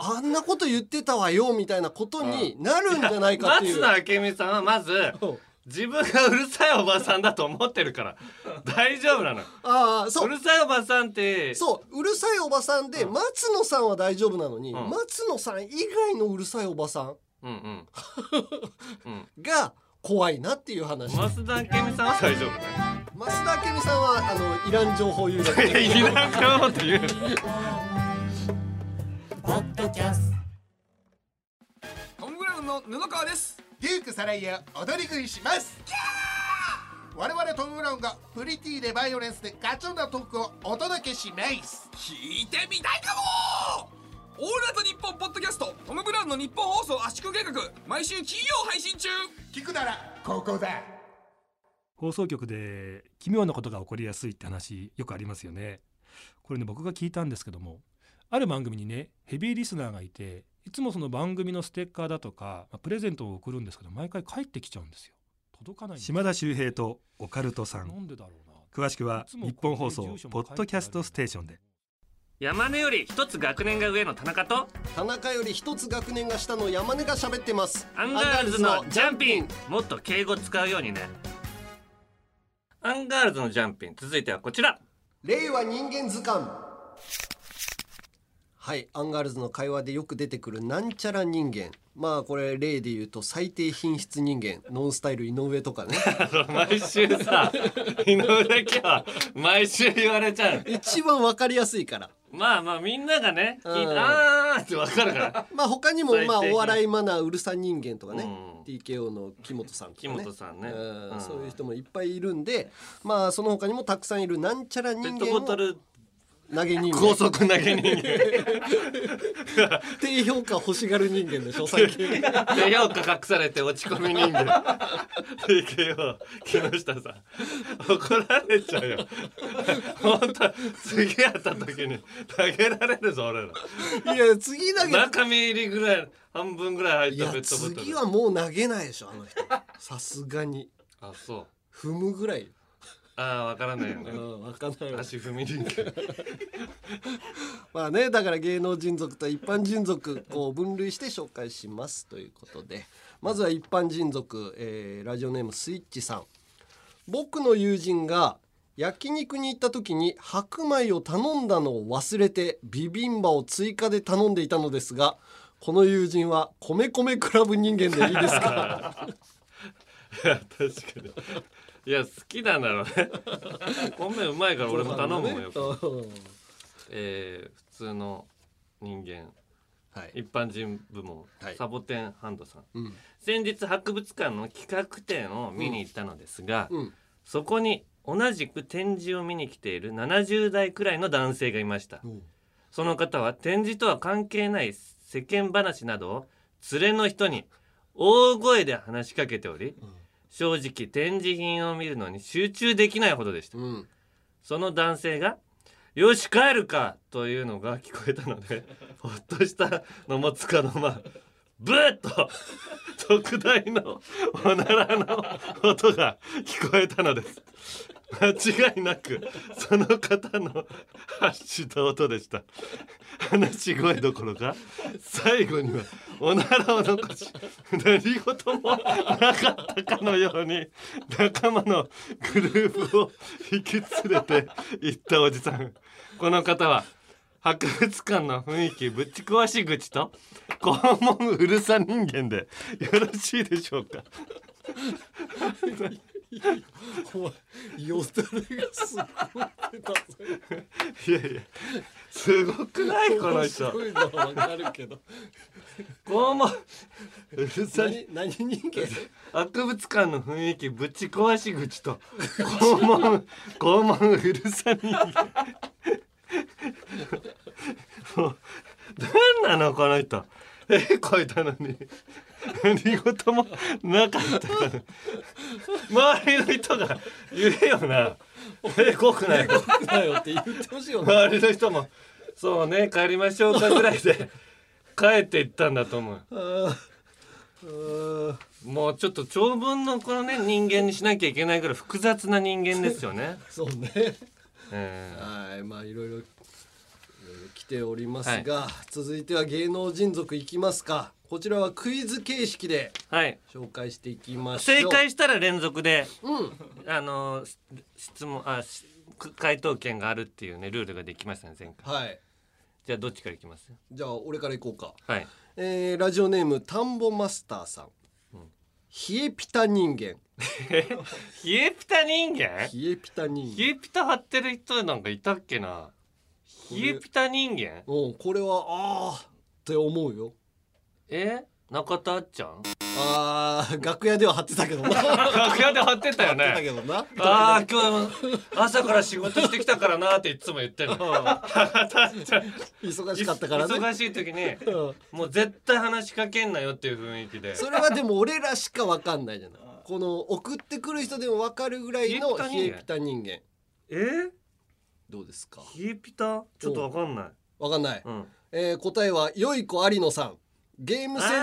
[SPEAKER 2] あんなこと言ってたわよみたいなことになるんじゃないかっていう。
[SPEAKER 1] 松野明美さんはまず
[SPEAKER 2] そう
[SPEAKER 1] 自分がうるさいおばさんだと思ってるから大丈夫なの
[SPEAKER 2] ああそうう
[SPEAKER 1] るさいおばさんって
[SPEAKER 2] そううるさいおばさんで松野さんは大丈夫なのに、
[SPEAKER 1] うん
[SPEAKER 2] 松野さん以外のうるさいおばさん
[SPEAKER 1] うんうん
[SPEAKER 2] が怖いなっていう話
[SPEAKER 1] 増田明美さんは大丈夫ね
[SPEAKER 2] 増田明美さんはあのいらん情報言うだけ
[SPEAKER 1] いや いらんかもって言う
[SPEAKER 4] トムブラウンの布川です
[SPEAKER 7] デュークサライヤ踊り食いします我々トム・ブラウンがプリティでバイオレンスでガチョンなトークをお届けします
[SPEAKER 4] 聞いてみたいかもオールナイトニッポンポッドキャストトムブラウンの日本放送圧縮計画毎週金曜配信中
[SPEAKER 7] 聞くならここだ
[SPEAKER 8] 放送局で奇妙なことが起こりやすいって話よくありますよねこれね僕が聞いたんですけどもある番組にねヘビーリスナーがいていいつもその番組のステッカーだとかまあプレゼントを送るんですけど毎回帰ってきちゃうんですよ届かないんです
[SPEAKER 9] 島田秀平とオカルトさ
[SPEAKER 8] なんんでだろうな
[SPEAKER 9] 詳しくは日本放送ポッドキャストステーションで
[SPEAKER 5] 山根より一つ学年が上の田中と
[SPEAKER 2] 田中より一つ学年が下の山根が喋ってます
[SPEAKER 5] アンガールズのジャンピンもっと敬語使うようにねアンガールズのジャンピン続いてはこちら
[SPEAKER 2] 令和人間図鑑はいアンガールズの会話でよく出てくるなんちゃら人間まあこれ例で言うと最低品質人間ノンスタイル井上と かね
[SPEAKER 1] 毎週 さ井上だけは毎週言われちゃう
[SPEAKER 2] 一番わかりやすいから
[SPEAKER 1] まあまあみんながね聞いて
[SPEAKER 2] うん
[SPEAKER 1] あーってわかるから
[SPEAKER 2] まあ他にも
[SPEAKER 1] 最低
[SPEAKER 2] まあ
[SPEAKER 1] 品
[SPEAKER 2] お笑いマナーうるさ人間とかね、
[SPEAKER 1] うん
[SPEAKER 2] TKO の木本さんとか
[SPEAKER 1] 木
[SPEAKER 2] ね
[SPEAKER 1] 本さんね
[SPEAKER 2] うん
[SPEAKER 1] うん
[SPEAKER 2] そういう人もいっぱいいるんでまあその他にもたくさんいるなんちゃら人
[SPEAKER 1] ペッ
[SPEAKER 2] 間
[SPEAKER 1] トボト
[SPEAKER 2] を
[SPEAKER 1] ル
[SPEAKER 2] 投げ人
[SPEAKER 1] 高
[SPEAKER 2] 間
[SPEAKER 1] 速投げ人間
[SPEAKER 2] 低評価欲しがる人間 でしょ最近
[SPEAKER 1] 低評価隠されて落ち込み人 間 TKO 木下さん怒られちゃうよ本当次会った時に投げられるぞ俺ら
[SPEAKER 2] いや次投げ
[SPEAKER 1] 中身入りぐらい半分ぐらい
[SPEAKER 2] い
[SPEAKER 1] 入っ
[SPEAKER 2] や
[SPEAKER 1] たペットボトル
[SPEAKER 2] 次はもう投げないでしょあの人さすがに
[SPEAKER 1] あそう
[SPEAKER 2] 踏むぐらい
[SPEAKER 1] ああわからないよ
[SPEAKER 2] う
[SPEAKER 1] ね
[SPEAKER 2] ん分かんないわ
[SPEAKER 1] 足踏み人間
[SPEAKER 2] まあねだから芸能人族と一般人族こう分類して紹介しますということでまずは一般人族、えーラジオネームスイッチさん僕の友人が焼肉に行った時に白米を頼んだのを忘れてビビンバを追加で頼んでいたのですがこの友人は米米クラブ人間でいいですか
[SPEAKER 1] いや 確かにいや好きなんだろうね米うまいから俺も頼むのよ、
[SPEAKER 2] うん
[SPEAKER 1] えー、普通の人間
[SPEAKER 2] はい、
[SPEAKER 1] 一般人部門、
[SPEAKER 2] はい
[SPEAKER 1] サボテンハンドさん
[SPEAKER 2] うん
[SPEAKER 1] 先日博物館の企画展を見に行ったのですが、
[SPEAKER 2] うん、
[SPEAKER 1] そこに同じく展示を見に来ている70代くらいの男性がいました
[SPEAKER 2] ん
[SPEAKER 1] その方は展示とは関係ない世間話などを連れの人に大声で話しかけており、正直展示品を見るのに集中できないほどでした
[SPEAKER 2] うん、
[SPEAKER 1] その男性が「よし帰るか!」というのが聞こえたのでほっとしたのもつかの間ブーッと特大のおならの音が聞こえたのです間違いなくその方の発した音でした話し声どころか最後にはおならを残し 何事もなかったかのように仲間のグループを引き連れて行ったおじさんこの方は博物館の雰囲気ぶち壊し口と肛門うるさ人間でよろしいでしょうか
[SPEAKER 2] お前よだれがすごい出た
[SPEAKER 1] いやいやすごくない この人
[SPEAKER 2] 面白いのはわかるけど
[SPEAKER 1] 肛門うるさ人
[SPEAKER 2] 何何人間
[SPEAKER 1] 博物館の雰囲気ぶち壊し口と肛門肛門うるさ人間もう何なのこの人えこいたのに何事もなかったから周りの人が言えよなえこくない
[SPEAKER 2] だよって言ってほしいよね
[SPEAKER 1] 周りの人もそうね帰りましょうかぐらいで帰っていったんだと思うもうちょっと長文のこのね人間にしなきゃいけないぐらい複雑な人間ですよね。
[SPEAKER 2] そうね
[SPEAKER 1] えー
[SPEAKER 2] はいまあいろいろいろいろ来ておりますが、続いては芸能人族いきますかこちらはクイズ形式で
[SPEAKER 1] はい。
[SPEAKER 2] 紹介していきまし
[SPEAKER 1] 正
[SPEAKER 2] ょう
[SPEAKER 1] 解したら連続で、
[SPEAKER 2] うん
[SPEAKER 1] あのーし質問あし回答権があるっていうねルールができましたね前回。
[SPEAKER 2] はい
[SPEAKER 1] じゃあどっちからいきます？
[SPEAKER 2] じゃあ俺から行こうか
[SPEAKER 1] はい。
[SPEAKER 2] えーラジオネーム田んぼマスターさん、冷えピタ人間
[SPEAKER 1] 冷えピタ人間？
[SPEAKER 2] 冷えピタ人間
[SPEAKER 1] 冷えピタ張ってる人なんかいたっけな？冷えピタ人間？
[SPEAKER 2] うんこれはああって思うよ
[SPEAKER 1] え？中田あっちゃん？
[SPEAKER 2] あー楽屋では張ってたけどな張って
[SPEAKER 1] 楽屋で張ってたよ
[SPEAKER 2] た
[SPEAKER 1] ね。
[SPEAKER 2] けどな
[SPEAKER 1] ああ今日朝から仕事してきたからなっていつも言って るの。
[SPEAKER 2] 忙しかったからね
[SPEAKER 1] 忙しい時に
[SPEAKER 2] うん
[SPEAKER 1] もう絶対話しかけんなよっていう雰囲気で
[SPEAKER 2] それはでも俺らしか分かんないじゃないこの送ってくる人でも分かるぐらいの冷
[SPEAKER 1] 冷え
[SPEAKER 2] え
[SPEAKER 1] ピ
[SPEAKER 2] ピタ人間
[SPEAKER 1] えー、
[SPEAKER 2] どうですか
[SPEAKER 1] 冷えピタちょっとわかんない
[SPEAKER 2] 分かんない、
[SPEAKER 1] うん
[SPEAKER 2] えー答えはよい子有野さんゲームセンタ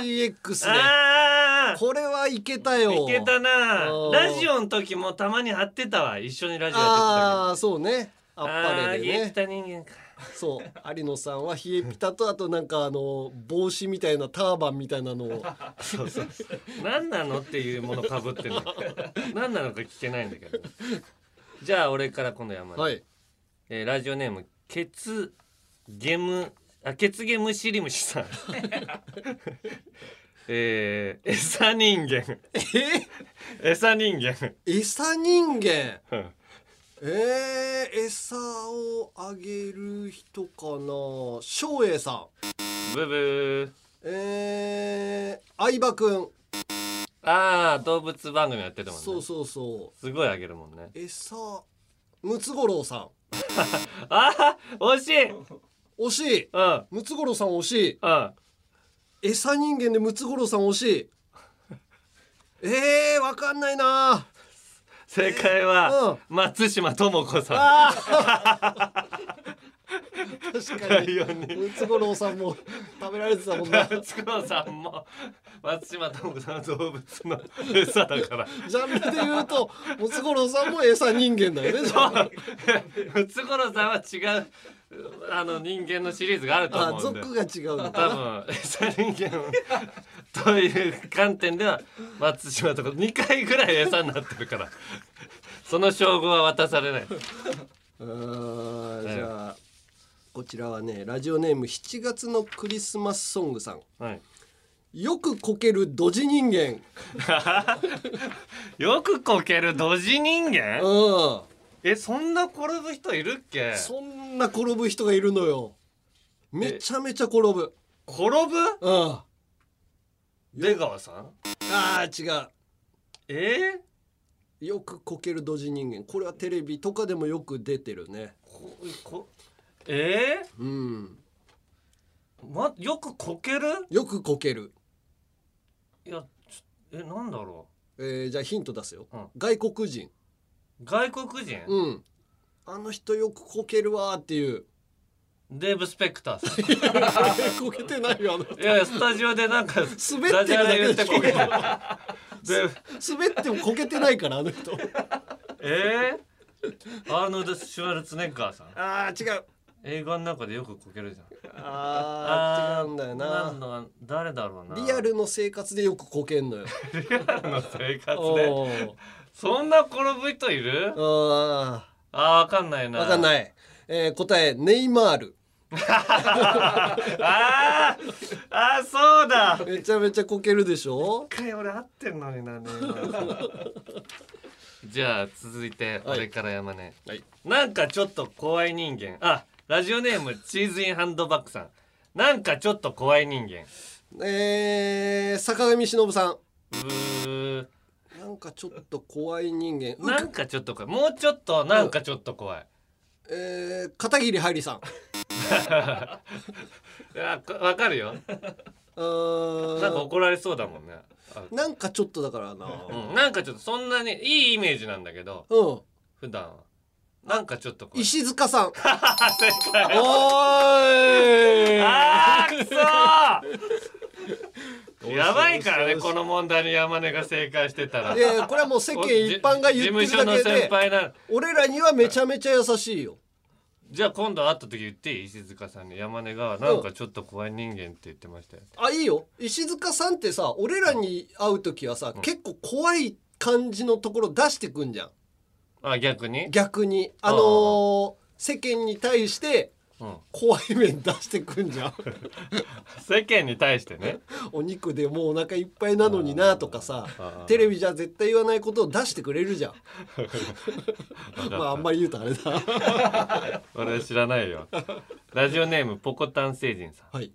[SPEAKER 2] ー CX で
[SPEAKER 1] ああ
[SPEAKER 2] これはいけたよ
[SPEAKER 1] いけたな
[SPEAKER 2] うん
[SPEAKER 1] ラジオの時もたまに貼ってたわ一緒にラジオやって
[SPEAKER 2] ああそうねあ
[SPEAKER 1] たけど
[SPEAKER 2] っぱれで
[SPEAKER 1] あー言っ
[SPEAKER 2] ね
[SPEAKER 1] た人間か
[SPEAKER 2] そう有野さんは冷えピタとあとなんかあの帽子みたいなターバンみたいなの を
[SPEAKER 1] そうそう 何なのっていうものかぶってるの何なのか聞けないんだけどじゃあ俺から今度山田、
[SPEAKER 2] はい
[SPEAKER 1] えーラジオネームケツゲムあケツゲムシリムシさん えー、餌人間餌人間
[SPEAKER 2] 餌人間
[SPEAKER 1] うん
[SPEAKER 2] えー、餌をあげる人かな照英さん
[SPEAKER 1] ブブ
[SPEAKER 2] えー、相葉くん
[SPEAKER 1] ーああ動物番組やってたもんね
[SPEAKER 2] そうそうそ
[SPEAKER 1] すごいあげるもんね
[SPEAKER 2] う餌ムツゴロウさ
[SPEAKER 1] ああ惜しいうん
[SPEAKER 2] 惜しい
[SPEAKER 1] ん
[SPEAKER 2] ムツゴロウさん惜し
[SPEAKER 1] うん
[SPEAKER 2] い餌人間でムツゴロウさん惜しいえー、わかんな いな
[SPEAKER 1] 正解は、松島智子さん
[SPEAKER 2] あー確か
[SPEAKER 1] ラ
[SPEAKER 2] に
[SPEAKER 1] イオンに
[SPEAKER 2] ムツゴロウさんも食べられてたもんな
[SPEAKER 1] 松久保さんも松島智子さんは動物の餌だから
[SPEAKER 2] ジャンルで言うとムツゴロウさんも餌人間だよね
[SPEAKER 1] 松久保さんは違うあの人間のシリーズがあると
[SPEAKER 2] あ
[SPEAKER 1] 思うんで
[SPEAKER 2] 族が違うの
[SPEAKER 1] 多
[SPEAKER 2] か
[SPEAKER 1] 分餌人間をという観点では松島とか2回ぐらい餌になってるから その称号は渡されない
[SPEAKER 2] なうーんじゃあこちらはねラジオネーム7月のクリスマスソングさん
[SPEAKER 1] はい
[SPEAKER 2] よくこけるドジ人間
[SPEAKER 1] よくこけるドジ人間
[SPEAKER 2] うん
[SPEAKER 1] えそんな転ぶ人いるっけ
[SPEAKER 2] そんな転ぶ人がいるのよめちゃめちゃ転ぶ
[SPEAKER 1] 転ぶ
[SPEAKER 2] うんあ
[SPEAKER 1] 出川さん
[SPEAKER 2] あ違う
[SPEAKER 1] えー、
[SPEAKER 2] よくこけるドジ人間これはテレビとかでもよく出てるね
[SPEAKER 1] ここえ
[SPEAKER 2] うん
[SPEAKER 1] ー、まよくこける
[SPEAKER 2] よくこける、
[SPEAKER 1] いやちょえなんだろ
[SPEAKER 2] えーじゃあヒント出すよ、
[SPEAKER 1] うん
[SPEAKER 2] 外国人
[SPEAKER 1] う外国人、
[SPEAKER 2] うんあの人よくこけるわーって いう
[SPEAKER 1] デーブ・スペクターさん
[SPEAKER 2] こけてないよあの人
[SPEAKER 1] いやいやスタジオでなんか
[SPEAKER 2] 滑ってる
[SPEAKER 1] ダ
[SPEAKER 2] だけ
[SPEAKER 1] ジャレ言
[SPEAKER 2] で
[SPEAKER 1] ってこけたデーブ
[SPEAKER 2] 滑ってもこけてないからあの人
[SPEAKER 1] えー、アーノルド・シュワルツェネッガーさん
[SPEAKER 2] あー違う
[SPEAKER 1] 映画の中でよくこけるじゃん
[SPEAKER 2] あー違うんだよ
[SPEAKER 1] な
[SPEAKER 2] なん
[SPEAKER 1] の誰だろうな
[SPEAKER 2] リアルの生活でよくこけんのよ。
[SPEAKER 1] リアルの生活で
[SPEAKER 2] おー
[SPEAKER 1] そんな転ぶ人いる
[SPEAKER 2] あ
[SPEAKER 1] あーわかんない
[SPEAKER 2] ー
[SPEAKER 1] な
[SPEAKER 2] わかん
[SPEAKER 1] い
[SPEAKER 2] ない。えー、答えネイマール。
[SPEAKER 1] あーあーそうだ
[SPEAKER 2] めちゃめちゃこけるでしょ。
[SPEAKER 1] 一回俺合ってるのになね じゃあ続いて
[SPEAKER 2] はい
[SPEAKER 1] 俺から山根、
[SPEAKER 2] はい
[SPEAKER 1] なんかちょっと怖い人間あラジオネームチーズインハンドバッグさんなんかちょっと怖い人間
[SPEAKER 2] えー、坂上忍さん。
[SPEAKER 1] うー
[SPEAKER 2] なんかちょっと怖い人間。う
[SPEAKER 1] なんかちょっと怖いもうちょっとなんかちょっと怖い、
[SPEAKER 2] えー、片桐はいりさん。
[SPEAKER 1] いやこわかるよ
[SPEAKER 2] うーん
[SPEAKER 1] なんか怒られそうだもんねあ
[SPEAKER 2] なんかちょっとだからな。
[SPEAKER 1] うん、なんかちょっとそんなにいいイメージなんだけど
[SPEAKER 2] う
[SPEAKER 1] 普
[SPEAKER 2] ん。
[SPEAKER 1] 段はなんかちょっと怖い
[SPEAKER 2] 石 塚さん。おーい。
[SPEAKER 1] あーくそーやばいからねこの問題に山根が正解してたら
[SPEAKER 2] いやいやこれはもう世間一般が言って
[SPEAKER 1] 事
[SPEAKER 2] る
[SPEAKER 1] 務所
[SPEAKER 2] だ
[SPEAKER 1] の
[SPEAKER 2] け
[SPEAKER 1] 先
[SPEAKER 2] で
[SPEAKER 1] 輩なの
[SPEAKER 2] 俺らにはめちゃめちゃ優しいよ
[SPEAKER 1] じゃあ今度会った時言っていい石塚さんに山根がなんかちょっと怖い人間って言ってましたよ、
[SPEAKER 2] あいいよ石塚さんってさ俺らに会う時はさ、結構怖い感じのところ出してくんじゃん
[SPEAKER 1] あ逆に
[SPEAKER 2] 逆にあのー世間に対して
[SPEAKER 1] うん
[SPEAKER 2] 怖い面出してくん じゃん
[SPEAKER 1] 世間に対してね
[SPEAKER 2] お肉でもうお腹いっぱいなのになとかさ
[SPEAKER 1] あー
[SPEAKER 2] テレビじゃ絶対言わないことを出してくれるじゃんまああんまり言うとあれだ
[SPEAKER 1] 俺知らないよラジオネームポコタン星人さん
[SPEAKER 2] はい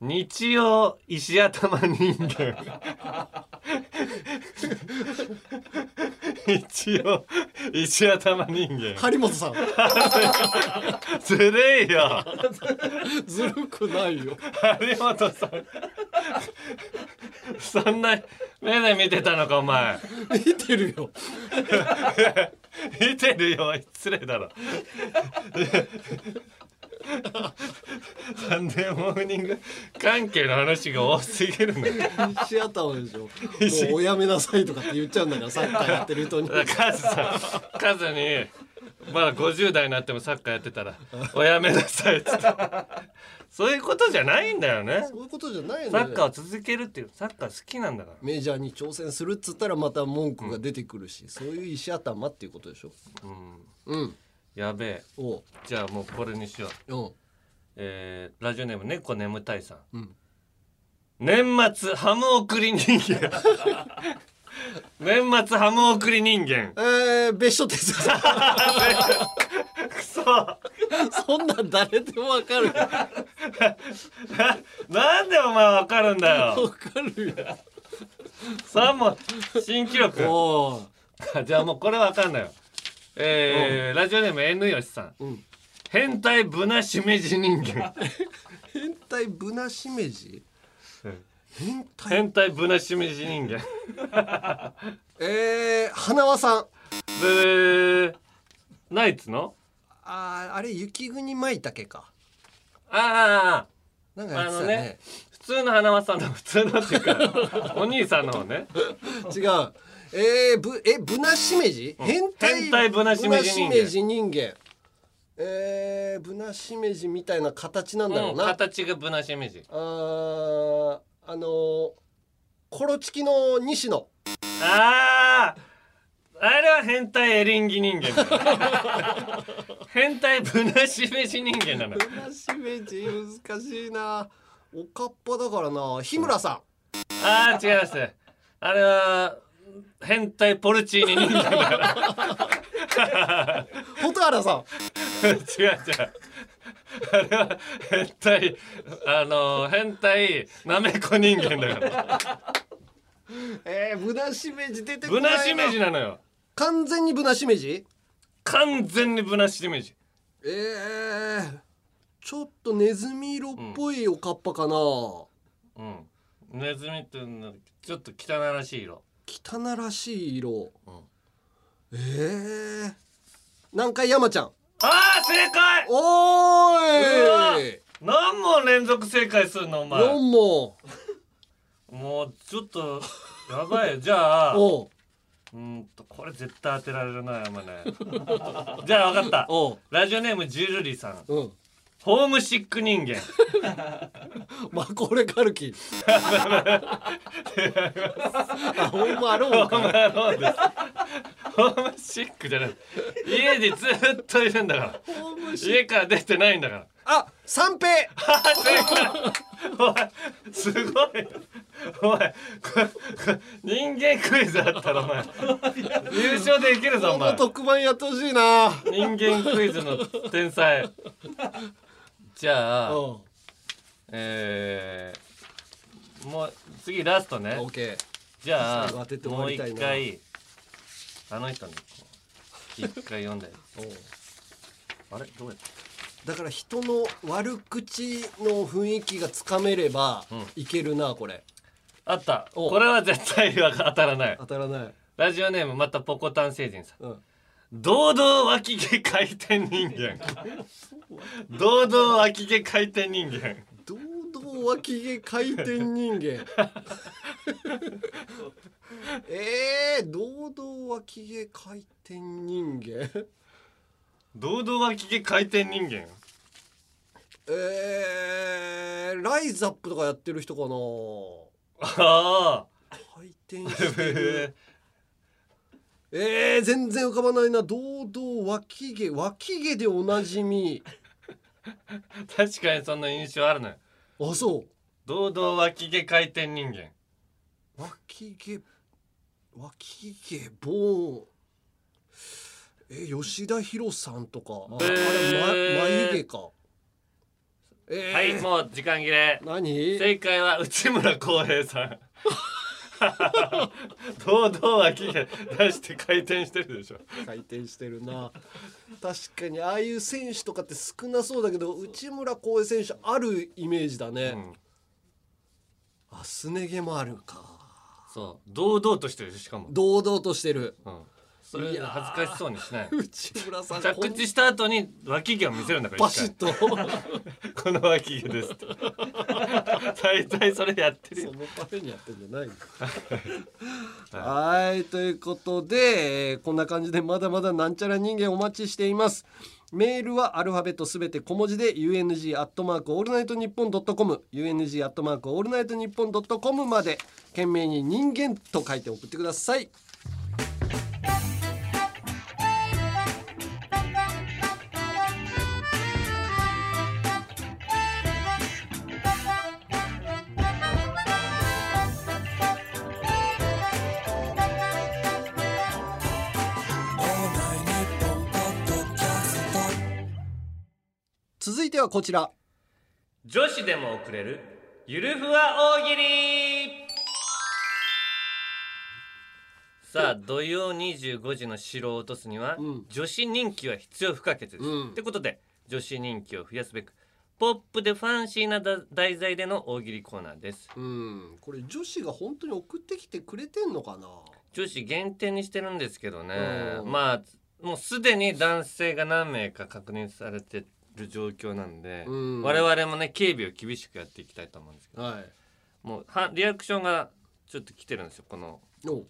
[SPEAKER 1] 日曜石頭人間日曜石頭人間
[SPEAKER 2] 張本さん
[SPEAKER 1] ずるいよ
[SPEAKER 2] ずるくないよ
[SPEAKER 1] 有本さんそんな目で見てたのかお前
[SPEAKER 2] 見てるよ
[SPEAKER 1] 見てるよ失礼だろサンデーモーニング関係の話が多すぎるのよ
[SPEAKER 2] シアターでしょ。もうおやめなさいとかって言っちゃうんだから、サッカーやってる人 に。
[SPEAKER 1] だからカズさんカズにまだ50代になってもサッカーやって たら「おやめなさい」っつってそういうことじゃないんだよね
[SPEAKER 2] そういうことじゃないよね。
[SPEAKER 1] サッカーを続けるっていうサッカー好きなんだから
[SPEAKER 2] メジャーに挑戦するっつったらまた文句が出てくるし、そういう石頭っていうことでしょ。
[SPEAKER 1] うん
[SPEAKER 2] うん。
[SPEAKER 1] やべえ
[SPEAKER 2] おう。
[SPEAKER 1] じゃあもうこれにしよう
[SPEAKER 2] うん。
[SPEAKER 1] えーラジオネーム猫眠たいさん、
[SPEAKER 2] うん
[SPEAKER 1] 年末ハム送り人 間年末ハム送り人間
[SPEAKER 2] えー、別所哲也さ。
[SPEAKER 1] くそなん
[SPEAKER 2] そんなん誰でもわかるよ。わ
[SPEAKER 1] なんでお前わかるんだよ
[SPEAKER 2] かるよ。
[SPEAKER 1] さあもう新記録
[SPEAKER 2] おう。
[SPEAKER 1] じゃあもうこれわかんないよえー、ラジオネーム N よしさん、
[SPEAKER 2] ん
[SPEAKER 1] 変態ぶなしめじ人 間
[SPEAKER 2] 変態ぶなしめじ
[SPEAKER 1] うん。
[SPEAKER 2] 変態。
[SPEAKER 1] 変態ぶなしめじ 人間
[SPEAKER 2] えー、花輪さん。
[SPEAKER 1] ブーナイツの
[SPEAKER 2] あーあれ雪国舞茸か。
[SPEAKER 1] ああ
[SPEAKER 2] なんかやってたよ
[SPEAKER 1] あの
[SPEAKER 2] ね
[SPEAKER 1] ね。普通の花輪さんの普通のっていう かお兄さんの方ね
[SPEAKER 2] 違う。えー、ぶえぶなしめじ？変態
[SPEAKER 1] 変態ぶなしめじ人間
[SPEAKER 2] ぶなしめじ人間えー、ぶなしめじみたいな形なんだろう
[SPEAKER 1] うん
[SPEAKER 2] な。
[SPEAKER 1] 形がぶなしめじ
[SPEAKER 2] あーあのー、コロチキの西野。
[SPEAKER 1] あああれは変態エリンギ人間だ よ変態ぶなしめじ人間なの
[SPEAKER 2] ぶなしめじ難しいな。おかっぱだからな。日村さ
[SPEAKER 1] ああ違いますあれは変態ポルチーニ人間だよ
[SPEAKER 2] ん、蛍原さん。
[SPEAKER 1] 違う違うあれは変態あの変態なめこ人間だから
[SPEAKER 2] えー、ぶなしめじ出てこな
[SPEAKER 1] ぶ
[SPEAKER 2] いな。
[SPEAKER 1] なしめじなのよ
[SPEAKER 2] 完全にぶなしめじ？
[SPEAKER 1] 完全にぶなしめじ
[SPEAKER 2] えー、ちょっとネズミ色っぽいおかっぱかな、
[SPEAKER 1] うんネズミっていうのはちょっと汚らしい色
[SPEAKER 2] 汚らしい色、えー、南海山ちゃん
[SPEAKER 1] ああ正解
[SPEAKER 2] おーいう
[SPEAKER 1] 何問連続正解するのお前
[SPEAKER 2] 4問
[SPEAKER 1] もうちょっとやばいよじゃ あう
[SPEAKER 2] おう
[SPEAKER 1] ーんとこれ絶対当てられるなお前ねじゃあ分かった
[SPEAKER 2] おう
[SPEAKER 1] ラジオネームジュルリさん
[SPEAKER 2] うん
[SPEAKER 1] ホームシック人間
[SPEAKER 2] マコーレカルキあほんまある
[SPEAKER 1] ホ
[SPEAKER 2] もん
[SPEAKER 1] ー
[SPEAKER 2] か
[SPEAKER 1] ムアローンですホームシックじゃない家にずっといるんだから家から出てないんだから
[SPEAKER 2] あ三平
[SPEAKER 1] あ正解おいすごいおいこれこれ人間クイズあったらお前優勝できるぞお
[SPEAKER 2] この
[SPEAKER 1] 前
[SPEAKER 2] 特番やってほしいな
[SPEAKER 1] 人間クイズの天才じゃあ
[SPEAKER 2] うん
[SPEAKER 1] えー、もう次ラストね
[SPEAKER 2] オッケ
[SPEAKER 1] じゃあ
[SPEAKER 2] 最後当てて終
[SPEAKER 1] も
[SPEAKER 2] わ
[SPEAKER 1] う
[SPEAKER 2] りたい
[SPEAKER 1] 一
[SPEAKER 2] な
[SPEAKER 1] 回あの人にこう一回読んだよ
[SPEAKER 2] ーおう
[SPEAKER 1] あれどうやって
[SPEAKER 2] だから人の悪口の雰囲気がつかめれば
[SPEAKER 1] ん
[SPEAKER 2] いけるなこれ
[SPEAKER 1] あったこれは絶対は当たらない
[SPEAKER 2] 当たらない、
[SPEAKER 1] ラジオネームまたポコタン星人さん
[SPEAKER 2] うん、
[SPEAKER 1] 堂々脇毛回転人間堂々脇毛回転人間
[SPEAKER 2] 堂々脇毛回転人間えー、堂々脇毛回転人間
[SPEAKER 1] 堂々脇毛回転人間
[SPEAKER 2] えー、ライズアップとかやってる人かな
[SPEAKER 1] ああ
[SPEAKER 2] 回転してる えー、全然浮かばないな堂々脇毛脇毛でおなじみ
[SPEAKER 1] 確かにそんな印象あるのよ
[SPEAKER 2] あそう
[SPEAKER 1] 堂々脇毛回転人間
[SPEAKER 2] 脇毛脇毛ボーンえ吉田博さんとかあ,、
[SPEAKER 1] えー
[SPEAKER 2] あれ、ま、眉毛かえー、
[SPEAKER 1] はいもう時間切れ
[SPEAKER 2] 何
[SPEAKER 1] 正解は内村航平さ ん堂々脇毛出して回転してるでしょ
[SPEAKER 2] 回転してるな確かにああいう選手とかって少なそうだけど内村航平選手あるイメージだね、
[SPEAKER 1] うん
[SPEAKER 2] あすね毛もあるか
[SPEAKER 1] そう堂々としてるしかも
[SPEAKER 2] 堂々としてる
[SPEAKER 1] うんそれ恥ずかしそうにしない
[SPEAKER 2] 内村さん
[SPEAKER 1] 着地した後に脇毛を見せるんだから
[SPEAKER 2] バ
[SPEAKER 1] 一
[SPEAKER 2] シッ
[SPEAKER 1] 回
[SPEAKER 2] と
[SPEAKER 1] この脇毛ですって大体それやってる
[SPEAKER 2] そ
[SPEAKER 1] よ
[SPEAKER 2] のためにやってんじゃないの はいということで、えーこんな感じでまだまだなんちゃら人間お待ちしていますメールはアルファベットすべて小文字で UNG アットマークオールナイトニッポンドットコム UNG アットマークオールナイトニッポンドットコムまで懸命に人間と書いて送ってください続いてはこちら
[SPEAKER 1] 女子でも送れるゆるふわ大喜利さあ土曜25時の城を落とすには、
[SPEAKER 2] ん
[SPEAKER 1] 女子人気は必要不可欠です。
[SPEAKER 2] うん
[SPEAKER 1] ってことで女子人気を増やすべくポップでファンシーなだ題材での大喜利コーナーです。
[SPEAKER 2] うんこれ女子が本当に送ってきてくれてんのかな
[SPEAKER 1] 女子限定にしてるんですけどね
[SPEAKER 2] うん
[SPEAKER 1] まあもうすでに男性が何名か確認されてる状況なんで、
[SPEAKER 2] うん
[SPEAKER 1] 我々もね警備を厳しくやっていきたいと思うんですけど
[SPEAKER 2] はい
[SPEAKER 1] もうはリアクションがちょっと来てるんですよこの、
[SPEAKER 2] お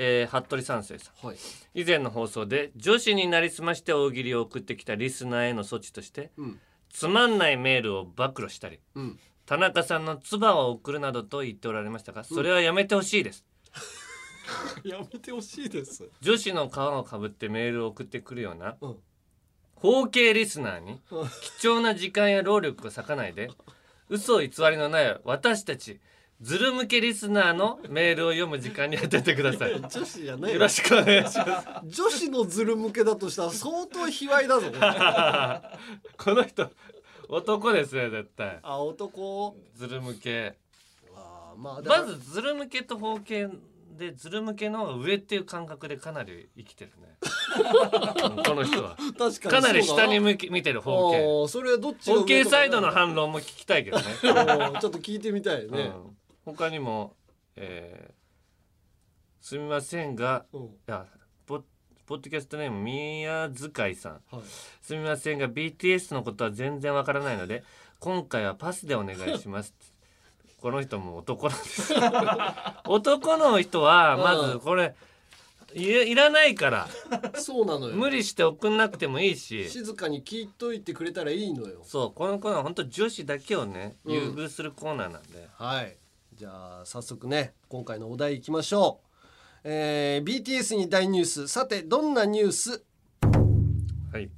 [SPEAKER 1] えー服部三世さん
[SPEAKER 2] はい
[SPEAKER 1] 以前の放送で女子になりすまして大喜利を送ってきたリスナーへの措置として、
[SPEAKER 2] うん
[SPEAKER 1] つまんないメールを暴露したり、
[SPEAKER 2] うん
[SPEAKER 1] 田中さんの唾を送るなどと言っておられましたがそれはやめてほしいです、
[SPEAKER 2] やめてほしいです
[SPEAKER 1] 女子の皮をかぶってメールを送ってくるような、
[SPEAKER 2] うん
[SPEAKER 1] 包茎リスナーに貴重な時間や労力を割かないで嘘を偽りのない私たちズル向けリスナーのメールを読む時間に当ててくださいよ
[SPEAKER 2] 女子じゃないよ
[SPEAKER 1] ろしくお願いします
[SPEAKER 2] 女子のズル向けだとしたら相当卑猥だぞこ れ
[SPEAKER 1] この人男ですね絶対
[SPEAKER 2] あ男
[SPEAKER 1] ズル向け
[SPEAKER 2] あーまあだから
[SPEAKER 1] まずズル向けと包茎でズル向けの方が上っていう感覚でかなり生きてる ねうんこの人は
[SPEAKER 2] 確かに
[SPEAKER 1] かなり下に
[SPEAKER 2] 向
[SPEAKER 1] 向き見てる包茎
[SPEAKER 2] けそれはどっち
[SPEAKER 1] オーケー
[SPEAKER 2] 上とかね
[SPEAKER 1] サイドの反論も聞きたいけどね。
[SPEAKER 2] おーちょっと聞いてみたいね、
[SPEAKER 1] うん他にも、えーすみませんが、
[SPEAKER 2] うん
[SPEAKER 1] いやポポッドキャストネーム宮遣いさん。
[SPEAKER 2] はい、
[SPEAKER 1] すみませんが BTS のことは全然わからないので、今回はパスでお願いします。この人も男なん です。男の人はまずこれ。いいらないから
[SPEAKER 2] そうなのよ
[SPEAKER 1] 無理して送んなくてもいいし
[SPEAKER 2] 静かに聞いといてくれたらいいのよ
[SPEAKER 1] そうこのコーナーは本当女子だけをね
[SPEAKER 2] うん
[SPEAKER 1] 優遇するコーナーなんで、
[SPEAKER 2] はいじゃあ早速ね今回のお題いきましょうえー、BTS に大ニュースさてどんなニュース
[SPEAKER 1] はい。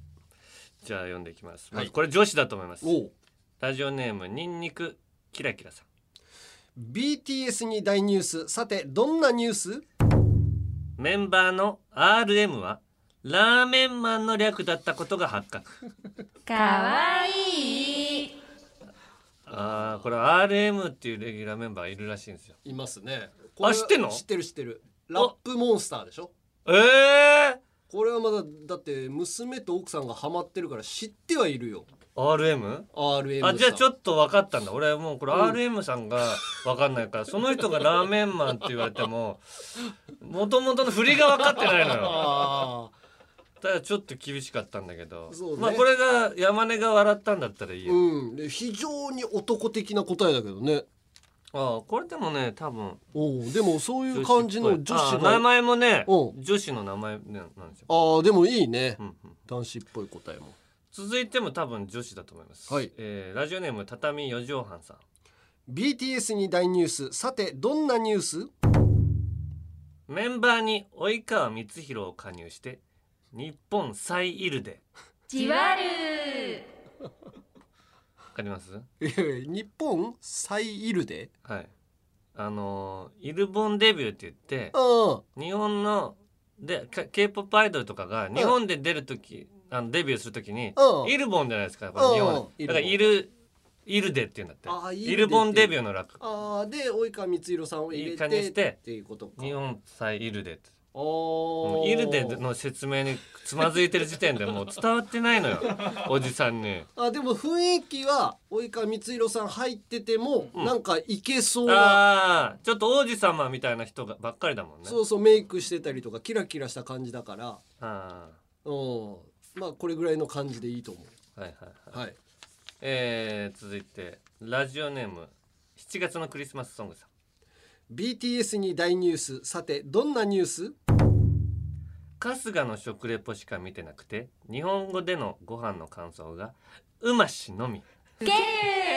[SPEAKER 1] じゃあ読んでいきます。
[SPEAKER 2] は
[SPEAKER 1] ま
[SPEAKER 2] い
[SPEAKER 1] ずこれ女子だと思います。
[SPEAKER 2] おう
[SPEAKER 1] ラジオネームニンニクキラキラさん。
[SPEAKER 2] BTS に大ニュースさてどんなニュース
[SPEAKER 1] メンバーの RM はラーメンマンの略だったことが発覚。
[SPEAKER 6] かわいい
[SPEAKER 1] ああ、これ RM っていうレギュラーメンバーいるらしいんですよ。
[SPEAKER 2] いますね
[SPEAKER 1] あ知ってんの
[SPEAKER 2] 知ってる知ってるラップモンスターでしょ
[SPEAKER 1] ええ
[SPEAKER 2] これはまだだって娘と奥さんがハマってるから知ってはいるよ
[SPEAKER 1] ?RM?
[SPEAKER 2] RM さん
[SPEAKER 1] あじゃあちょ
[SPEAKER 2] っ
[SPEAKER 1] っと分かったんだ俺もうこれ RM さんが分かんないから、その人がラーメンマンって言われてももともとの振りが分かってないのよ
[SPEAKER 2] あ
[SPEAKER 1] ただちょっと厳しかったんだけど、
[SPEAKER 2] そうね
[SPEAKER 1] まあこれが山根が笑ったんだったらいい
[SPEAKER 2] ー
[SPEAKER 1] よ、
[SPEAKER 2] うんで非常に男的な答えだけどね
[SPEAKER 1] ああこれでもね多分
[SPEAKER 2] おうでもそういう感じの女
[SPEAKER 1] あ
[SPEAKER 2] 子
[SPEAKER 1] あ
[SPEAKER 2] が
[SPEAKER 1] 名前もね
[SPEAKER 2] うん
[SPEAKER 1] 女子の名前なんですよ、
[SPEAKER 2] ああでもいいね、
[SPEAKER 1] うんうん
[SPEAKER 2] 男子っぽい答えも
[SPEAKER 1] 続いても多分女子だと思います、
[SPEAKER 2] はい
[SPEAKER 1] えーラジオネーム畳四畳半さん
[SPEAKER 2] BTS に大ニュースさてどんなニュース
[SPEAKER 1] メンバーに及川光弘を加入して日本最イルで
[SPEAKER 6] じわる
[SPEAKER 1] わかります
[SPEAKER 2] いやいや日本最イルで
[SPEAKER 1] はいあのーイルボンデビューって言って
[SPEAKER 2] あ
[SPEAKER 1] 日本ので k p o p アイドルとかが日本で出る時、あのデビューする時に、
[SPEAKER 2] うん
[SPEAKER 1] イルボンじゃないですかこ
[SPEAKER 2] うん
[SPEAKER 1] れ日本で
[SPEAKER 2] イルボン
[SPEAKER 1] だからイルイルデっていうんだって
[SPEAKER 2] あーイルデって
[SPEAKER 1] イルボンデビューの楽
[SPEAKER 2] ああーで及川光弘さんを入
[SPEAKER 1] い
[SPEAKER 2] れ
[SPEAKER 1] い感じ
[SPEAKER 2] て
[SPEAKER 1] にして
[SPEAKER 2] っていうことか
[SPEAKER 1] 日本最イルデって
[SPEAKER 2] お
[SPEAKER 1] もう
[SPEAKER 2] ー
[SPEAKER 1] イルデの説明につまずいてる時点でもう伝わってないの よおじさんに
[SPEAKER 2] あでも雰囲気は及川光弘さん入ってても、
[SPEAKER 1] うん
[SPEAKER 2] なんかいけそうな
[SPEAKER 1] ああちょっと王子様みたいな人がばっかりだもんね
[SPEAKER 2] そうそうメイクしてたりとかキラキラした感じだから
[SPEAKER 1] あ
[SPEAKER 2] うんまあこれぐらいの感じでいいと思
[SPEAKER 1] ーはいはいはいう
[SPEAKER 2] はい
[SPEAKER 1] えー、続いてラジオネーム7月のクリスマスソングさん
[SPEAKER 2] BTS に大ニュースさてどんなニュ ース
[SPEAKER 1] 春日の食レポしか見てなくて日本語でのご飯の感想がうましのみ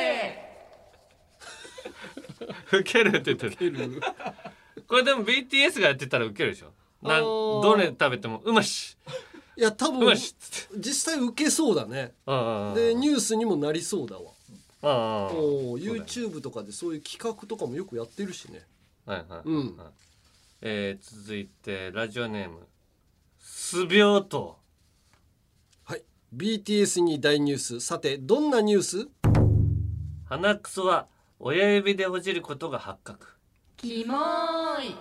[SPEAKER 1] ウケるって言ってるこれでも BTS がやってたらウケるでしょなん
[SPEAKER 2] あー
[SPEAKER 1] どれ食べてもうまし
[SPEAKER 2] いや多
[SPEAKER 1] う
[SPEAKER 2] 分
[SPEAKER 1] ましっつって
[SPEAKER 2] 実際受けそうだね
[SPEAKER 1] あ
[SPEAKER 2] でニュースにもなりそうだわ
[SPEAKER 1] ああー
[SPEAKER 2] お
[SPEAKER 1] そうだよ
[SPEAKER 2] YouTube とかでそういう企画とかもよくやってるしね
[SPEAKER 1] はいはいはい、
[SPEAKER 2] うん
[SPEAKER 1] えー続いてラジオネームすびょうと
[SPEAKER 2] はい BTS に大ニュースさてどんなニュース
[SPEAKER 1] 鼻くそは親指でほじることが発覚
[SPEAKER 10] キモーい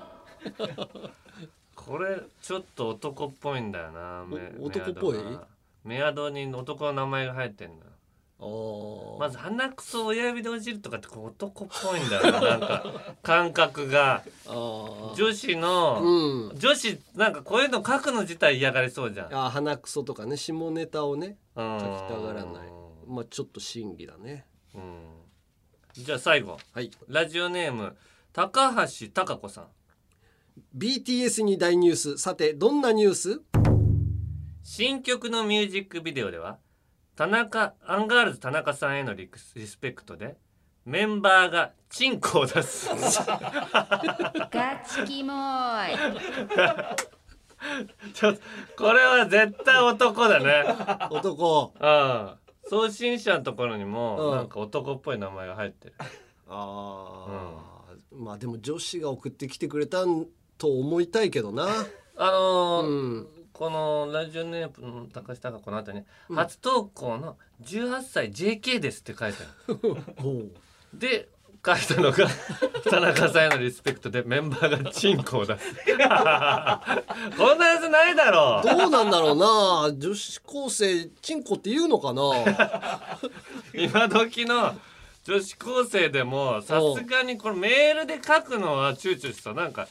[SPEAKER 1] これちょっと男っぽいんだよなめ
[SPEAKER 2] お男っぽい
[SPEAKER 1] メアドがメアドに男の名前が入ってんだよ
[SPEAKER 2] あー
[SPEAKER 1] まず鼻くそ親指でほじるとかってこう男っぽいんだ よななんか感覚が
[SPEAKER 2] あー
[SPEAKER 1] 女子の、
[SPEAKER 2] うん
[SPEAKER 1] 女子なんかこういうの書くの自体嫌がりそうじゃん
[SPEAKER 2] あー鼻くそとかね下ネタをね
[SPEAKER 1] うん
[SPEAKER 2] 書きたがらないまあちょっと審議だね
[SPEAKER 1] うんじゃあ最後
[SPEAKER 2] はい
[SPEAKER 1] ラジオネーム高橋貴子さん
[SPEAKER 2] BTS に大ニュースさてどんなニュース
[SPEAKER 1] 新曲のミュージックビデオでは田中アンガールズ田中さんへのリクスリスペクトでメンバーがチンコを出 す
[SPEAKER 10] ガチキモーい
[SPEAKER 1] ちょっとこれは絶対男だね
[SPEAKER 2] 男
[SPEAKER 1] うん送信者のところにも、
[SPEAKER 2] うん
[SPEAKER 1] なんか男っぽい名前が入ってる
[SPEAKER 2] あー、まあでも女子が送ってきてくれたんと思いたいけどな
[SPEAKER 1] あのー
[SPEAKER 2] うん
[SPEAKER 1] このラジオネームの高橋貴子の後に、初投稿の18歳 JK ですって書いてある
[SPEAKER 2] おう
[SPEAKER 1] で書いたのが 田中さんへのリスペクトでメンバーがチンコを出す こんなやつないだろ
[SPEAKER 2] どうなんだろうな女子高生チンコって言うのか な
[SPEAKER 1] 今時の女子高生でもさすがにこれメールで書くのは躊躇したなんか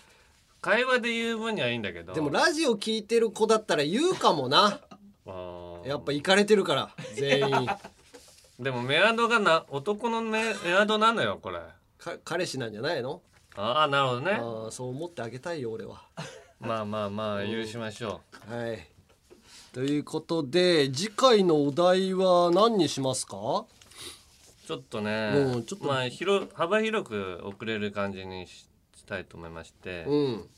[SPEAKER 1] 会話で言う分にはいいんだけど
[SPEAKER 2] でもラジオ聞いてる子だったら言うかもな
[SPEAKER 1] あー
[SPEAKER 2] やっぱ行かれてるから全 員
[SPEAKER 1] でもメアドがな男のメメアドなのよこれ
[SPEAKER 2] か彼氏なんじゃないの
[SPEAKER 1] ああなるほどね
[SPEAKER 2] ああそう思ってあげたいよ俺は
[SPEAKER 1] まあまあまあ許しましょ
[SPEAKER 2] はいということで次回のお題は何にしますか
[SPEAKER 1] うちょっとね
[SPEAKER 2] うんちょっと
[SPEAKER 1] まあ広幅広く送れる感じにししたいと思いまして、
[SPEAKER 2] うん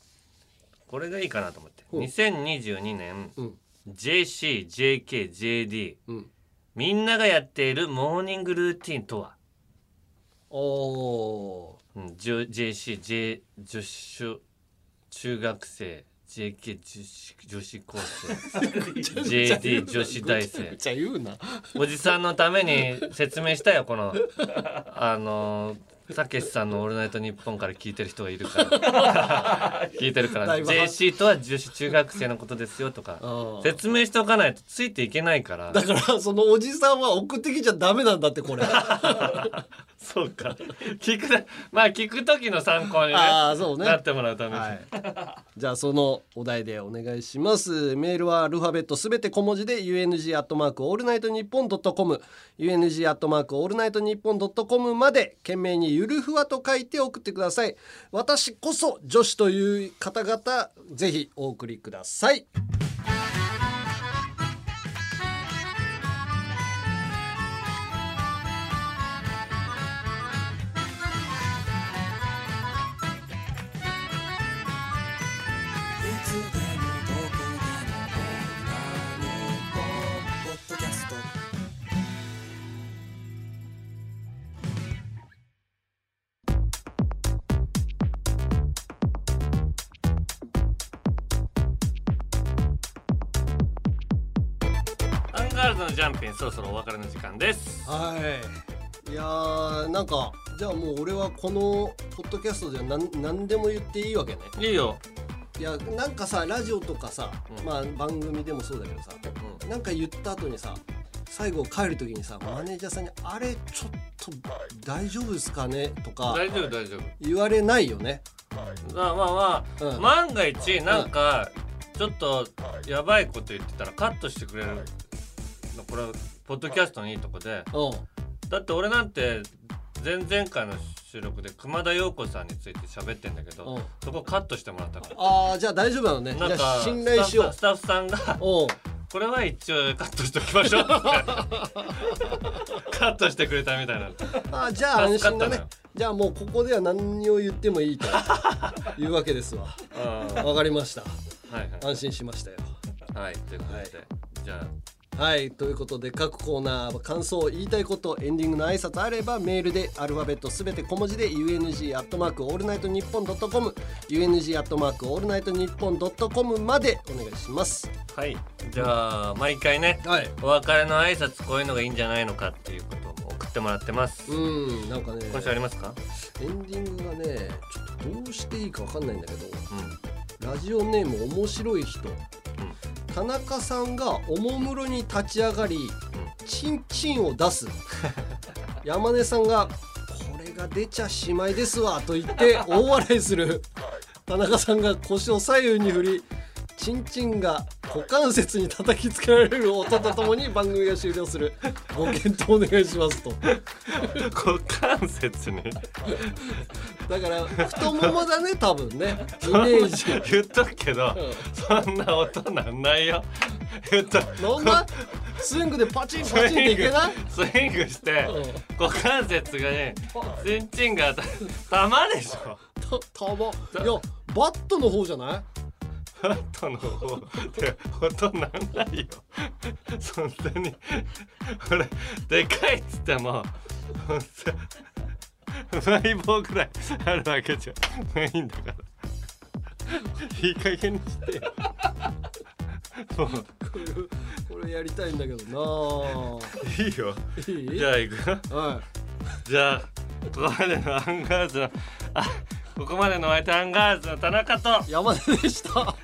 [SPEAKER 1] これがいいかなと思って
[SPEAKER 2] う
[SPEAKER 1] 2022年、
[SPEAKER 2] うん
[SPEAKER 1] JCJKJD
[SPEAKER 2] うん
[SPEAKER 1] みんながやっているモーニングルーティンとは、
[SPEAKER 2] おー
[SPEAKER 1] うん、じゅ JCJ 女子中学生 JK 女子女子高 生 JD 女子大生
[SPEAKER 2] めちゃ言うな
[SPEAKER 1] おじさんのために説明したよこのあのたけしさんの「オールナイトニッポン」から聞いてる人がいるから 聞いてるから
[SPEAKER 2] だいぶ
[SPEAKER 1] JC とは女子中学生のことですよとか
[SPEAKER 2] あー
[SPEAKER 1] 説明しておかないとついていけないから
[SPEAKER 2] だからそのおじさんは送ってきちゃダメなんだってこれあ
[SPEAKER 1] そうか聞くなまあ聞く時の参考に、ね
[SPEAKER 2] あそうね
[SPEAKER 1] なってもらうために、
[SPEAKER 2] じゃあそのお題でお願いしますメールはアルファベットすべて小文字で UNG アットマークオールナイトニッポンドットコム UNG アットマークオールナイトニッポンドットコムまで懸命にゆるふわと書いて送ってください私こそ女子という方々ぜひお送りください
[SPEAKER 1] アンガールズのジャンピンそろそろお別れの時間です
[SPEAKER 2] はいいやーなんかじゃあもう俺はこのポッドキャストでは何何でも言っていいわけね
[SPEAKER 1] いいよ
[SPEAKER 2] いやなんかさラジオとかさ、まあ番組でもそうだけどさ、なんか言った後にさ最後帰る時にさマネージャーさんに「あれちょっと大丈夫ですかね?」とか
[SPEAKER 1] 大丈夫大丈夫
[SPEAKER 2] 言われないよね。
[SPEAKER 1] まあまあまあ、
[SPEAKER 2] うん
[SPEAKER 1] 万が一なんかちょっとやばいこと言ってたらカットしてくれるのこれはポッドキャストのいいとこで
[SPEAKER 2] うん
[SPEAKER 1] だって俺なんて前々回の収録で熊田曜子さんについて喋ってんだけ
[SPEAKER 2] うん
[SPEAKER 1] どそこカットしてもらったから
[SPEAKER 2] ああじゃあ大丈夫なのね。じ
[SPEAKER 1] なん
[SPEAKER 2] ゃ
[SPEAKER 1] か
[SPEAKER 2] あ信頼しよう
[SPEAKER 1] ス。タッフさんスタッフさんが
[SPEAKER 2] おう
[SPEAKER 1] これは一応カットしておきましょう ってカットしてくれたみたいな
[SPEAKER 2] あじゃあ安心だ
[SPEAKER 1] 助かったの
[SPEAKER 2] ね
[SPEAKER 1] よ。
[SPEAKER 2] じゃあもうここでは何を言ってもいいというわけですわ。
[SPEAKER 1] うん
[SPEAKER 2] わかりました。
[SPEAKER 1] はいは
[SPEAKER 2] 安心しましたよ。
[SPEAKER 1] いはいということで、じゃあ
[SPEAKER 2] はいということで各コーナー感想言いたいことエンディングの挨拶あればメールでアルファベットすべて小文字で UNG アットマークオールナイトニッポンドットコム UNG アットマークオールナイトニッポンドットコムまでお願いします
[SPEAKER 1] はい、じゃあ毎回ね、
[SPEAKER 2] はい
[SPEAKER 1] お別れの挨拶こういうのがいいんじゃないのかっていうことを送ってもらってます。
[SPEAKER 2] うんなんかね
[SPEAKER 1] 今週ありますか？
[SPEAKER 2] エンディングがねちょっとどうしていいかわかんないんだけど
[SPEAKER 1] う
[SPEAKER 2] ラジオネーム面白い人、田中さんがおもむろに立ち上がり、チンチンを出す山根さんが「これが出ちゃしまいですわ」と言って大笑いする田中さんが腰を左右に振りチンチンが股関節に叩きつけられる音とともに番組が終了するご検討お願いしますと
[SPEAKER 1] ん、股関節ね。
[SPEAKER 2] だから太ももだね多分ねイメー ジ
[SPEAKER 1] 言っとくけど、そんな音なんないよ。言っと
[SPEAKER 2] なんだスイングでパチンパチンっていけない
[SPEAKER 1] スイングして
[SPEAKER 2] う
[SPEAKER 1] 股関節がね、チンチンがたまでしょ。
[SPEAKER 2] たたまいやバットの方じゃない
[SPEAKER 1] バットの方で音なんないよ。そんなに俺でかいっつってもほんとマイ棒ぐらいあるわけじゃないんだから。いい加減にしてよ。もう
[SPEAKER 2] これやりたいんだけど
[SPEAKER 1] いいよ。
[SPEAKER 2] ないい
[SPEAKER 1] じゃあ行くよ。
[SPEAKER 2] は
[SPEAKER 1] じゃあここまでのアンガールズのあここまでのお相手アンガールズの田中と
[SPEAKER 2] い山根でしたこ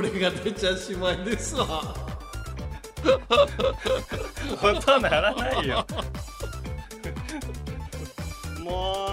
[SPEAKER 2] れが出ちゃしまいですわ
[SPEAKER 1] 音ならないよ。もう。